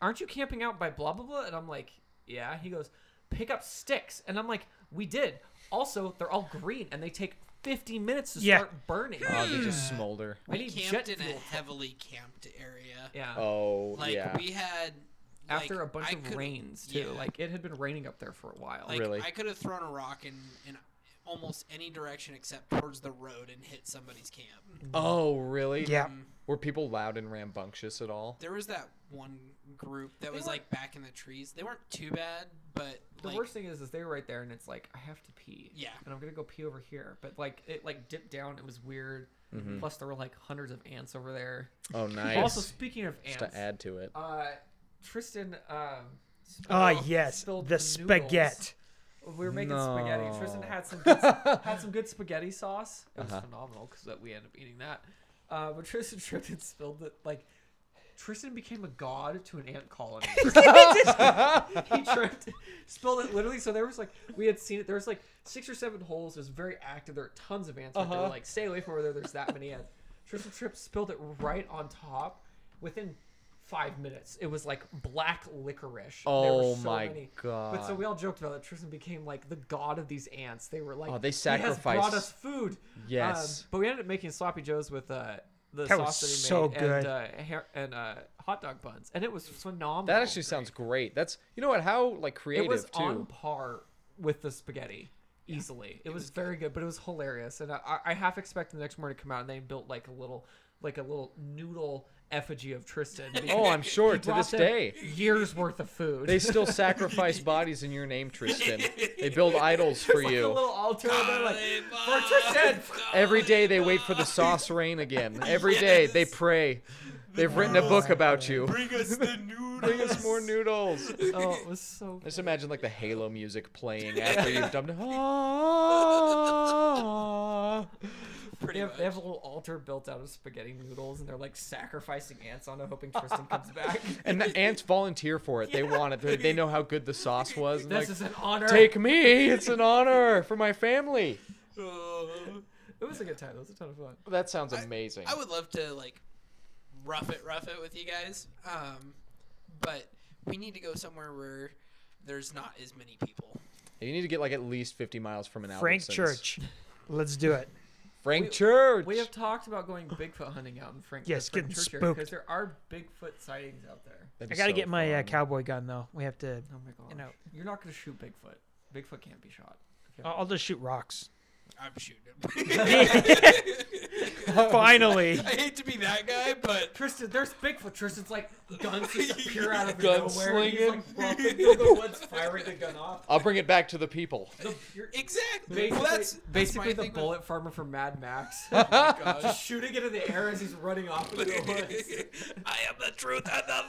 "Aren't you camping out by blah blah blah?" And I'm like, "Yeah." He goes, "Pick up sticks," and I'm like, "We did." Also, they're all green, and they take 50 minutes to
Yeah.
start burning.
Oh, they just smolder.
I
Hmm. we
need
camped
jet
in a
fuel.
heavily camped area.
Yeah.
Oh
Like
yeah.
we had
After
like,
a bunch
I
of
could-
rains too,
yeah.
like it had been raining up there for a while.
Like
Really?
I could have thrown a rock in in almost any direction except towards the road and hit somebody's camp.
Oh really?
Yeah.
Mm-hmm.
Were people loud and rambunctious at all?
There was that one group that was
were-
like back in the trees. They weren't too bad, but
The
like
worst thing is, is they were right there, and it's like I have to pee.
Yeah.
And I'm gonna go pee over here, but like it like dipped down. It was weird. Plus, there were like hundreds of ants over there.
Oh Mm-hmm. nice.
Also, speaking of
just
ants,
to add to it.
uh, Tristan, um, sp-
Ah, yes.
spilled
The
some
spaghetti.
we were making spaghetti. Tristan
No.
had some good, had some good spaghetti sauce. It was
Uh-huh.
phenomenal because that we ended up eating that. Uh, but Tristan tripped and spilled it. Like Tristan became a god to an ant colony. he tripped, spilled it literally. So there was like we had seen it. There was like six or seven holes. It was very active. There were tons of ants. But
Uh-huh.
they were like, stay away from where there- there's that many ants. Tristan tripped, spilled it right on top. Within five minutes. It was like black licorice. there were
Oh
so
my
many.
god.
But so we all joked about it. Tristan became like the god of these ants. They were like,
Oh, they
He has
sacrificed-
brought us food. Um,
Yes.
but we ended up making sloppy joes with uh, the
That was
sauce that he
so
made
good.
and uh, hair, and uh, hot dog buns, and it was phenomenal.
that actually sounds great. That's you know what? How like creative
oh, It was
too.
on par with the spaghetti. Easily, it, was, very good. but it was hilarious, and I, I- I half expect the next morning to come out and they built like a little, like a little noodle effigy of Tristan.
oh,
because
I'm sure
he
to
brought
this
them
day.
years worth of food.
They still sacrifice bodies in your name, Tristan. They build idols for
like a
you.
little altar. and they're like,
for
Tristan!
Every day they wait for the sauce rain again. Every day they pray. They've written a book about you.
Bring us the noodles.
Bring us more noodles.
oh, it was so.
Just imagine like the Halo music playing after you've dumped. Ah.
Pretty
They have,
much.
they have a little altar built out of spaghetti noodles, and they're like sacrificing ants on it, hoping Tristan comes back.
And the ants volunteer for it. They want it. They- They know how good the sauce was. and
this
like,
is an honor.
Take me. It's an honor for my family.
Oh.
It was a good time. It was a ton of fun.
That sounds amazing.
I would love to like rough it, rough it with you guys. Um, but we need to go somewhere where there's not as many people.
You need to get like at least 50 miles from an
Frank
Albertsons.
Church. Let's do it.
Frank Church.
We have talked about going Bigfoot hunting out in Frank.
Yes,
Frank
getting
because
spooked.
there are Bigfoot sightings out there.
That'd
I
be
gotta
so
get my uh,
fun.
cowboy gun though. We have to.
Oh my god!
know-
you're not gonna shoot Bigfoot. Bigfoot can't be shot.
I'll I'll just shoot rocks.
I'm shooting.
Finally.
I hate to be that guy, but
Tristan, there's Bigfoot. Tristan's like guns just appear out of
Gun
nowhere. and He's
slinging.
like walking through the woods, firing the gun off.
I'll bring it back to the people.
You're-
exactly.
Basically,
Well, that's
basically
that's my
the
thing
bullet farmer from Mad Max.
With, gosh.
Just shooting it in the air as he's running off into the woods.
I am the truth and the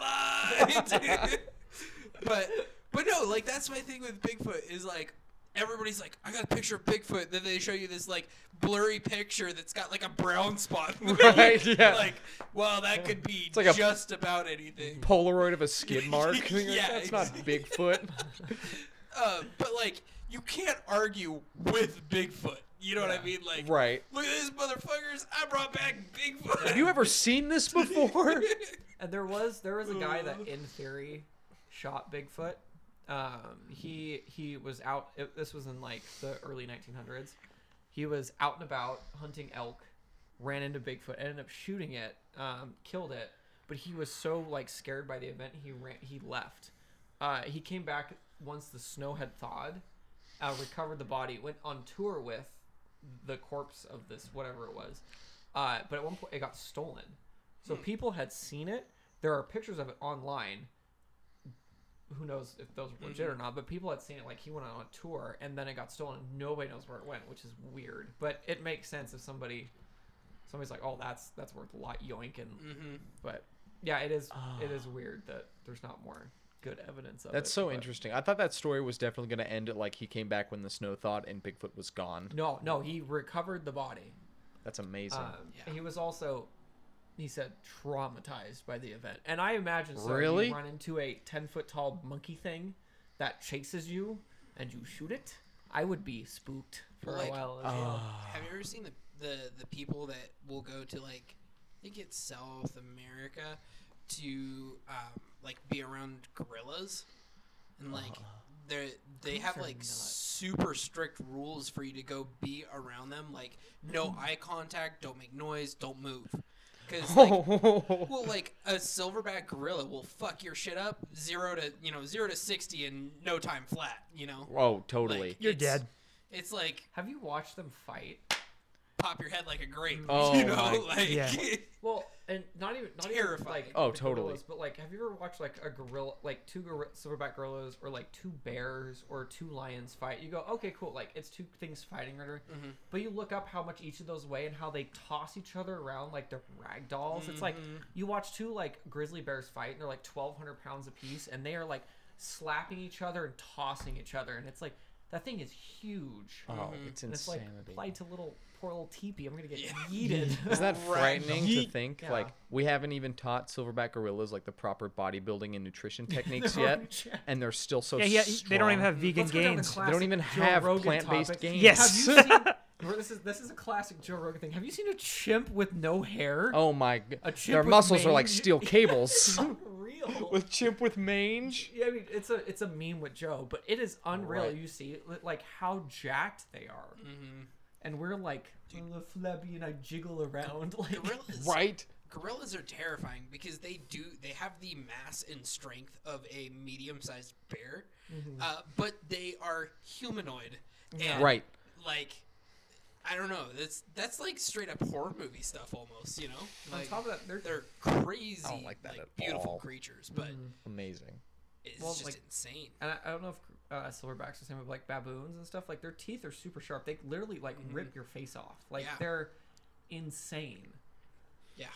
light. but but no, like that's my thing with Bigfoot is like everybody's like, I got a picture of Bigfoot. Then they show you this like blurry picture that's got like a brown spot. in the middle.
Right, yeah.
Like, well, that could be
like a-
just about anything.
Polaroid of a skid mark.
Yeah,
That's not
exactly.
Bigfoot. Mm-hmm.
Uh, but like, you can't argue with Bigfoot. You know what I mean? Like,
Right.
Look at these motherfuckers! I brought back Bigfoot.
Have you ever seen this before?
And there was there was a guy that, in theory, shot Bigfoot. Um, he he was out. It, this was in like the early 1900s. He was out and about hunting elk, ran into Bigfoot, ended up shooting it, um, killed it. But he was so like scared by the event, he ran. He left. Uh, he came back once the snow had thawed, uh, recovered the body, went on tour with the corpse of this whatever it was. Uh, but at one point, it got stolen. So people had seen it. There are pictures of it online. Who knows if those were legit or not? But people had seen it. Like he went on a tour, and then it got stolen. and Nobody knows where it went, which is weird. But it makes sense if somebody, somebody's like, "Oh, that's that's worth a lot yoinking." But yeah, it is. It is weird that there's not more good evidence of it.
That's so
but-
interesting. I thought that story was definitely going to end at like he came back when the snow thawed and Bigfoot was gone.
No, no, he recovered the body.
That's amazing.
Um,
Yeah.
He was also, he said, traumatized by the event, and I imagine so.
Really?
You run into a ten foot tall monkey thing that chases you, and you shoot it. I would be spooked for
Like- uh,
a while. as well.
Have you ever seen the, the the people that will go to like I think it's South America to um, like be around gorillas and like they they have
are
like
nuts.
super strict rules for you to go be around them like no eye contact don't make noise don't move because like, well like a silverback gorilla will fuck your shit up zero to you know zero to sixty in no time flat you know
oh,
Like,
totally.
You're
it's-
dead.
it's like
Have you watched them fight?
pop your head like a grape.
Oh
you know,
my-
like
Yeah.
Well, and not even not even
Terrifying.
like
Oh,
the
totally.
gorillas, but like, have you ever watched like a gorilla, like two gorilla, silverback gorillas, or like two bears or two lions fight? You go, okay, cool, like it's two things fighting, right?
Mm-hmm.
But you look up how much each of those weigh and how they toss each other around like they're rag dolls. It's like
Mm-hmm.
you watch two like grizzly bears fight, and they're like twelve hundred pounds apiece, and they are like slapping each other and tossing each other, and it's like that thing is huge.
Oh, it's
and it's like
insanity.
applied to little poor little teepee. I'm gonna get
Yeah.
yeeted.
Isn't that frightening to
Yeet.
think?
Yeah.
Like we haven't even taught silverback gorillas like the proper bodybuilding and nutrition techniques yet,
yeah.
and they're still so
Yeah, yeah.
strong.
They don't even have vegan
Let's go down to
gains.
class.
They don't even
Classic Joe
have
Rogan
plant-based
topic.
gains.
Yes.
Have you seen? Bro, this is this is a classic Joe Rogan thing. Have you seen a chimp with no hair?
Oh my! g-
A chimp
Their
with
muscles are like
mange.
steel cables.
unreal.
with chimp with mange.
Yeah, I mean it's a it's a meme with Joe, but it is unreal.
Right. Mm-hmm.
You see, li- like how jacked they are, and we're like a little flabby and I jiggle around like
Gorillas,
Right.
Gorillas are terrifying because they do they have the mass and strength of a medium-sized bear,
Mm-hmm.
uh, but they are humanoid. And
Right.
Like, I don't know. That's that's like straight up horror movie stuff almost. You know.
on
Like,
top of that. They're,
they're crazy,
I don't like
like,
that at
beautiful
all.
creatures, but
Amazing.
it's
Mm-hmm. Well,
just
like-
insane.
and I, I don't know if uh, silverbacks are the same, but like baboons and stuff. Like their teeth are super sharp. They literally like
Mm-hmm.
rip your face off. Like
Yeah.
they're insane.
Yeah.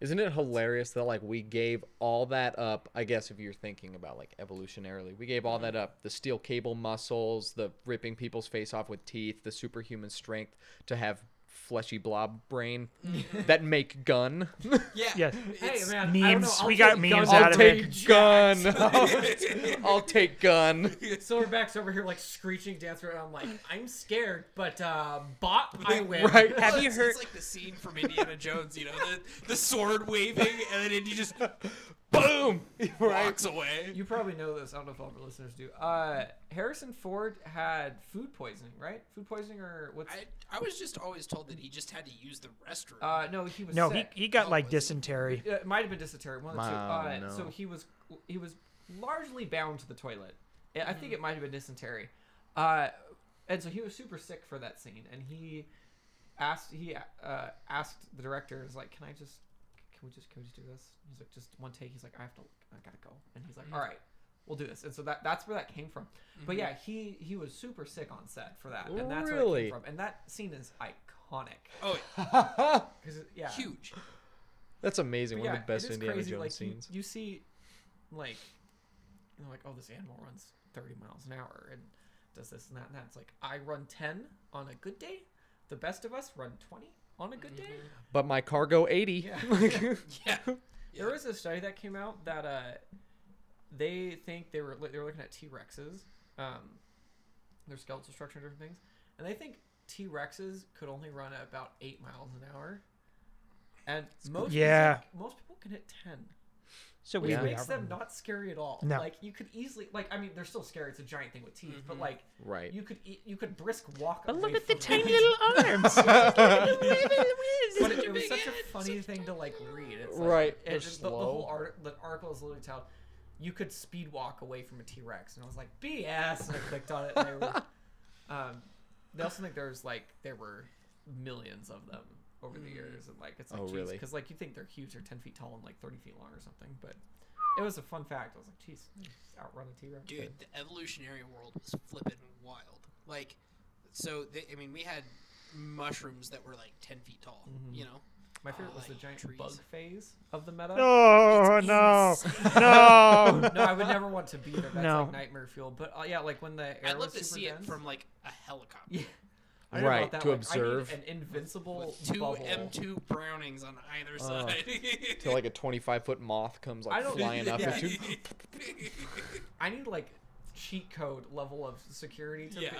Isn't it hilarious that like we gave all that up? I guess if you're thinking about like evolutionarily, we gave all
Mm-hmm.
that up. The steel cable muscles, the ripping people's face off with teeth, the superhuman strength to have fleshy blob brain
Mm-hmm.
that make gun.
Yeah.
Yes.
Hey
It's-
man, I don't know,
Memes.
I'll
We got
take
memes
guns.
out
I'll
of it.
take gun. I'll, I'll take gun.
Silverback's over here like screeching down through it. I'm like, I'm scared, but uh, bop, I win.
Right.
Have
Well,
you
it's,
heard-
It's like the scene from Indiana Jones, you know, the, the sword waving, and then he just
Boom. Right.
walks away.
You probably know this. I don't know if all of our listeners do. Uh, Harrison Ford had food poisoning, right? Food poisoning or what's?
I, I was just always told that he just had to use the restroom.
Uh, no, he was
No, he,
sick.
he got
Oh,
like
was he?
dysentery.
Yeah, it might have been dysentery. One of the two.
Wow,
Uh,
oh, no.
So he was he was largely bound to the toilet. And I think it might have been dysentery. Uh, and so he was super sick for that scene, and he asked he uh, asked the director, "Is like, can I just can we just can we just do this?" He's like, "Just one take." He's like, "I have to, I gotta go," and he's like, "All right." We'll do this, and so that that's where that came from. But yeah, he he was super sick on set for that, and that's where it
Really?
came from. And that scene is iconic
oh,
because yeah,
huge.
That's amazing.
but
One
yeah,
of the best
it is
Indiana
crazy.
Jones
like, you-
scenes.
You, see, like, you know, like, oh, this animal runs 30 miles an hour and does this and that and that. It's like, I run 10 on a good day. The best of us run 20 on a good day.
But my cargo 80.
Yeah.
There was a study that came out that uh, they think they were they were looking at T Rexes, um, their skeletal structure and different things, and they think T Rexes could only run at about eight miles an hour, and most people-
Yeah.
most people can hit ten.
So we
which
Yeah.
we
makes them
have
not scary at all.
No.
Like you could easily, like I mean, they're still scary. It's a giant thing with teeth, but like,
Mm-hmm. Right.
You could e- you could brisk walk.
But look
away
at the
from
tiny
it.
little arms.
But it, it was such a funny thing to like read. It's like,
Right,
It,
they're
just- the, the whole
slow.
art, the article is literally titled, "You could speed walk away from a T Rex," and I was like, "BS!" And I clicked on it. And they were. Um, they also think there's like there were millions of them over
Mm.
the years, and like it's like
Oh,
geez,
really?
Because like you think they're huge, they're ten feet tall and like thirty feet long or something, but. It was a fun fact. I was like, "Jeez, they just outrun a T Rex."
Dude, the evolutionary world was flippin' wild. Like, so, they, I mean, we had mushrooms that were like 10 feet tall,
Mm-hmm.
you know?
My favorite was the
like
giant
trees.
bug phase of the meta.
Oh
It's
no,
insane.
no.
No, I would never want to be there. That's
No.
like nightmare fuel. But uh, yeah, like when the air
I'd love
was
to
super
see
dense.
it from like a helicopter.
Yeah. I don't know
Right,
about that.
to
like,
observe.
I need an invincible
With two
bubble. Uh,
M2 Brownings on either side.
Till like a 25 foot moth comes
I
like
don't-
flying up
yeah.
at you.
I need like cheat code level of security. To
Yeah.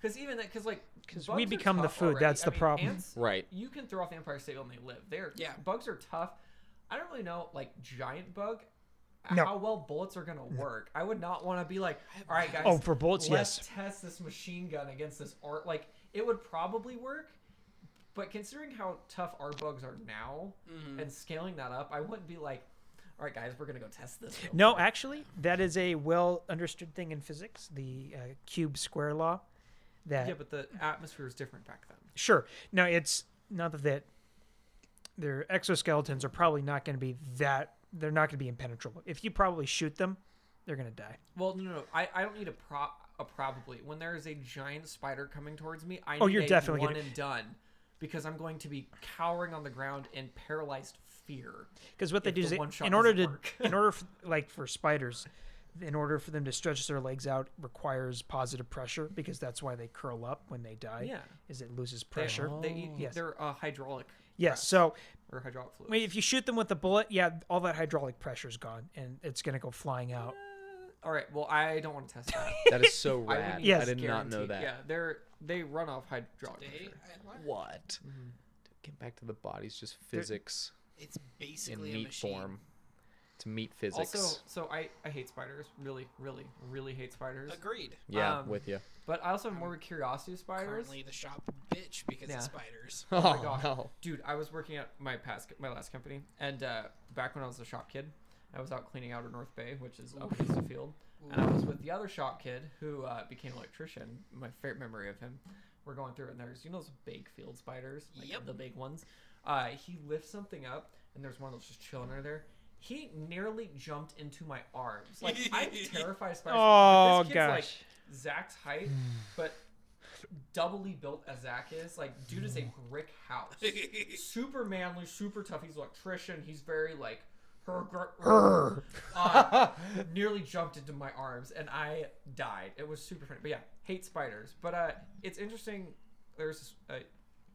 Because even that, because like, because
we become the food, that's the problem.
Right.
You can throw off the Empire State Building and they live. They're
Yeah.
Bugs are tough. I don't really know like giant bug.
No.
How well bullets are gonna work? I would not want to be like, all right, guys.
Oh, for bullets,
let's
yes.
test this machine gun against this art. Like it would probably work, but considering how tough our bugs are now
Mm-hmm.
and scaling that up, I wouldn't be like, all right, guys, we're gonna go test this. real
No, actually, that is a well understood thing in physics, the uh, cube square law. That
Yeah, but the atmosphere was different back then.
sure. No, it's not that that their exoskeletons are probably not going to be that. They're not going to be impenetrable. If you probably shoot them, they're going to die.
Well, no, no, no. I, I don't need a prop. A probably when there is a giant spider coming towards me, I
Oh,
need
you're
a
definitely
one
gonna-
and done because I'm going to be cowering on the ground in paralyzed fear.
Because what they
If
do
the
is they,
one shot
in order to
doesn't work.
in order for, like for spiders, in order for them to stretch their legs out requires positive pressure because that's why they curl up when they die.
Yeah.
is it loses
They,
pressure.
they eat,
Yes.
they're uh, hydraulic
Yes, so
or hydraulic fluid.
I mean, if you shoot them with a bullet, yeah, all that hydraulic pressure's gone and it's gonna go flying out.
All right. Well, I don't want to test that.
That is so
I would
rad.
need
Yes.
I did not know
guaranteed-
that.
Yeah, they're they run off hydraulic
Today,
pressure.
I learned
What? Get back to the body's just physics
It's
in
basically a
meat
machine.
form. to meet physics.
Also, so I, I hate spiders. Really, really, really hate spiders.
Agreed.
yeah,
um,
with you.
But I also have morbid curiosity of spiders.
um, Currently, the shop bitch because
Yeah.
of spiders.
Oh,
my gosh.
no.
Dude, I was working at my past, my last company, and uh, back when I was a shop kid, I was out cleaning outer North Bay, which is up against the field, and I was with the other shop kid who uh, became an electrician. My favorite memory of him, we're going through it, and there's you know those big field spiders, like
Yep.
the big ones. Uh, he lifts something up, and there's one that's just chilling under there. He nearly jumped into my arms. Like I'm terrified of spiders.
Oh,
this kid's like
gosh.
Zach's height, but doubly built as Zach is. Like, dude is a brick house. super manly, super tough. He's an electrician. He's very like, her, uh, nearly jumped into my arms and I died. It was super funny. But yeah, hate spiders. But uh, it's interesting. There's this, a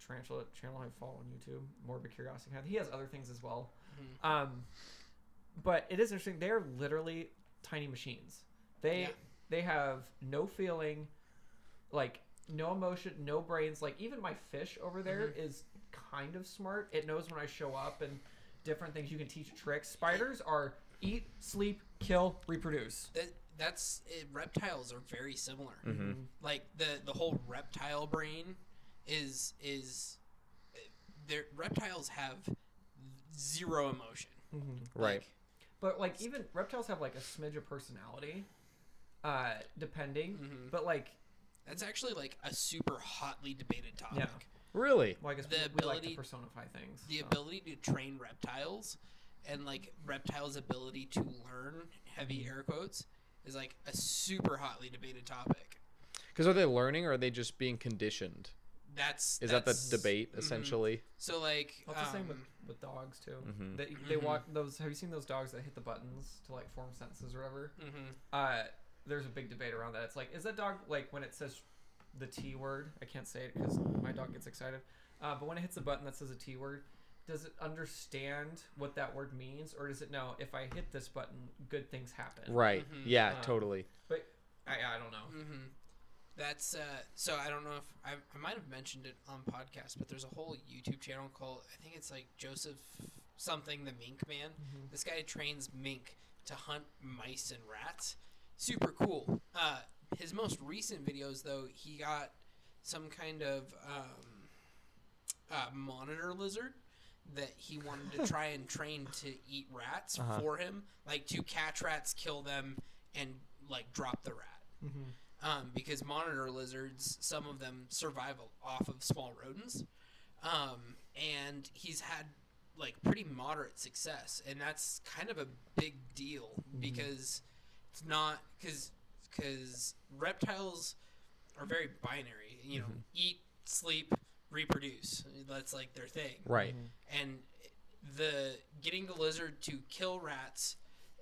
tarantula channel I follow on YouTube, Morbid Curiosity. He has other things as well. Um, but it is interesting. They're literally tiny machines. They
Yeah.
they have no feeling, like no emotion, no brains. Like even my fish over there
Mm-hmm.
is kind of smart. It knows when I show up and different things. You can teach it tricks. Spiders are eat, sleep, kill, reproduce.
that, that's it, reptiles are very similar.
Mm-hmm.
Mm-hmm.
Like the the whole reptile brain is is uh, their reptiles have zero emotion.
Right.
Like,
But like even reptiles have like a smidge of personality, uh, depending.
Mm-hmm.
But like,
that's actually like a super hotly debated topic.
Really?
well, I guess
The
we, we like to
ability-
personify things.
the
so.
ability to train reptiles and like reptiles ability to learn heavy air quotes is like a super hotly debated topic
Because are they learning or are they just being conditioned?
that's
Is
that's-
that the debate
mhm.
essentially?
so like
Well, it's the same with,
um, Mm-hmm.
with dogs too. They they walk those. Have you seen those dogs that hit the buttons to like form sentences or whatever?
mhm.
Uh, there's a big debate around that. It's like, is that dog like when it says the T word? I can't say it because my dog gets excited. Uh, but when it hits a button that says a T word, does it understand what that word means, or does it know if I hit this button, good things happen?
Right. Yeah,
Uh,
totally.
But I, I don't know.
mm-hmm. That's uh, so I don't know if I, I might have mentioned it on podcast, but there's a whole YouTube channel called I think it's like Joseph something the Mink Man.
Mm-hmm.
This guy trains mink to hunt mice and rats. Super cool. Uh, his most recent videos though, he got some kind of um, uh, monitor lizard that he wanted to try and train to eat rats for him, like to catch rats, kill them, and like drop the rat um, because monitor lizards, some of them survive o- off of small rodents, um, and he's had like pretty moderate success, and that's kind of a big deal because it's not because because reptiles are very binary. You know, eat, sleep, reproduce. That's like their thing
Right.
and the getting the lizard to kill rats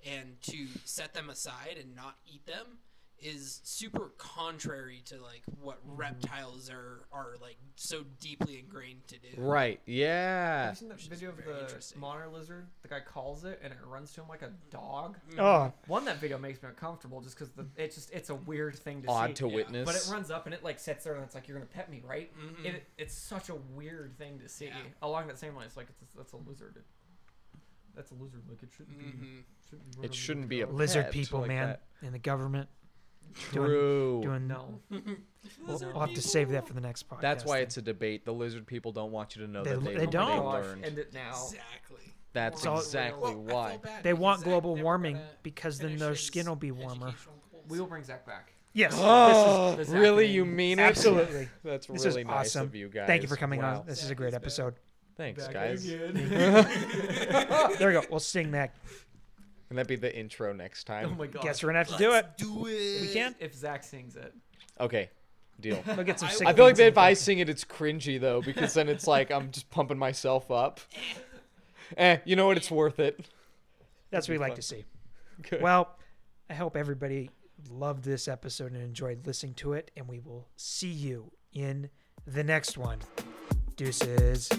and to set them aside and not eat them is super contrary to like what
Mm-hmm.
reptiles are are like so deeply ingrained to do.
Right. Yeah.
Have you seen that
Which Mm. is
video of
very
the
interesting.
monitor lizard? The guy calls it and it runs to him like a dog.
Mm.
Oh,
One, that video makes me uncomfortable just because it's just it's a weird thing to see.
Odd to
yeah.
witness.
But it runs up and it like sits there and it's like you're gonna pet me, right? It, it's such a weird thing to see.
Mm-hmm. Yeah.
Along that same line, it's like it's, that's a lizard. It- that's a lizard. Like it shouldn't be.
Mhm.
Shouldn't be
It shouldn't be a
lizard
pet
people,
like
man,
that.
in the government.
True.
Doing
No.
We'll, we'll have to save that for the next podcast.
That's why
then.
it's a debate. The lizard people don't want you to know
They-
that they,
they don't.
Oh my gosh,
learned.
end it now.
Exactly.
That's
Well,
Well,
exactly
I
why.
feel bad
They
because
want
Zach
global
never
warming
got to
because then
finish
their
his
skin will be warmer.
educational goals.
We will bring Zach back.
Yes.
Oh,
this is
really?
happening.
You mean it?
Absolutely.
That's
This
really
is
nice
awesome.
of you guys.
Thank you for coming
Wow.
on. This is a great episode.
Thanks,
Back
guys.
again.
there we go. We'll sing that.
Can that be the intro next
oh
time?
my god.
Guess we're gonna have to do it.
Let's Do it.
We can.
If Zach sings it,
Okay, deal.
We'll get some. sick
I feel like
beats in
if
the
I sing it, it's cringy though, because then it's like I'm just pumping myself up. Eh, you know what? It's worth it.
That's what we like to see.
Good.
Well, I hope everybody loved this episode and enjoyed listening to it, and we will see you in the next one. Deuces.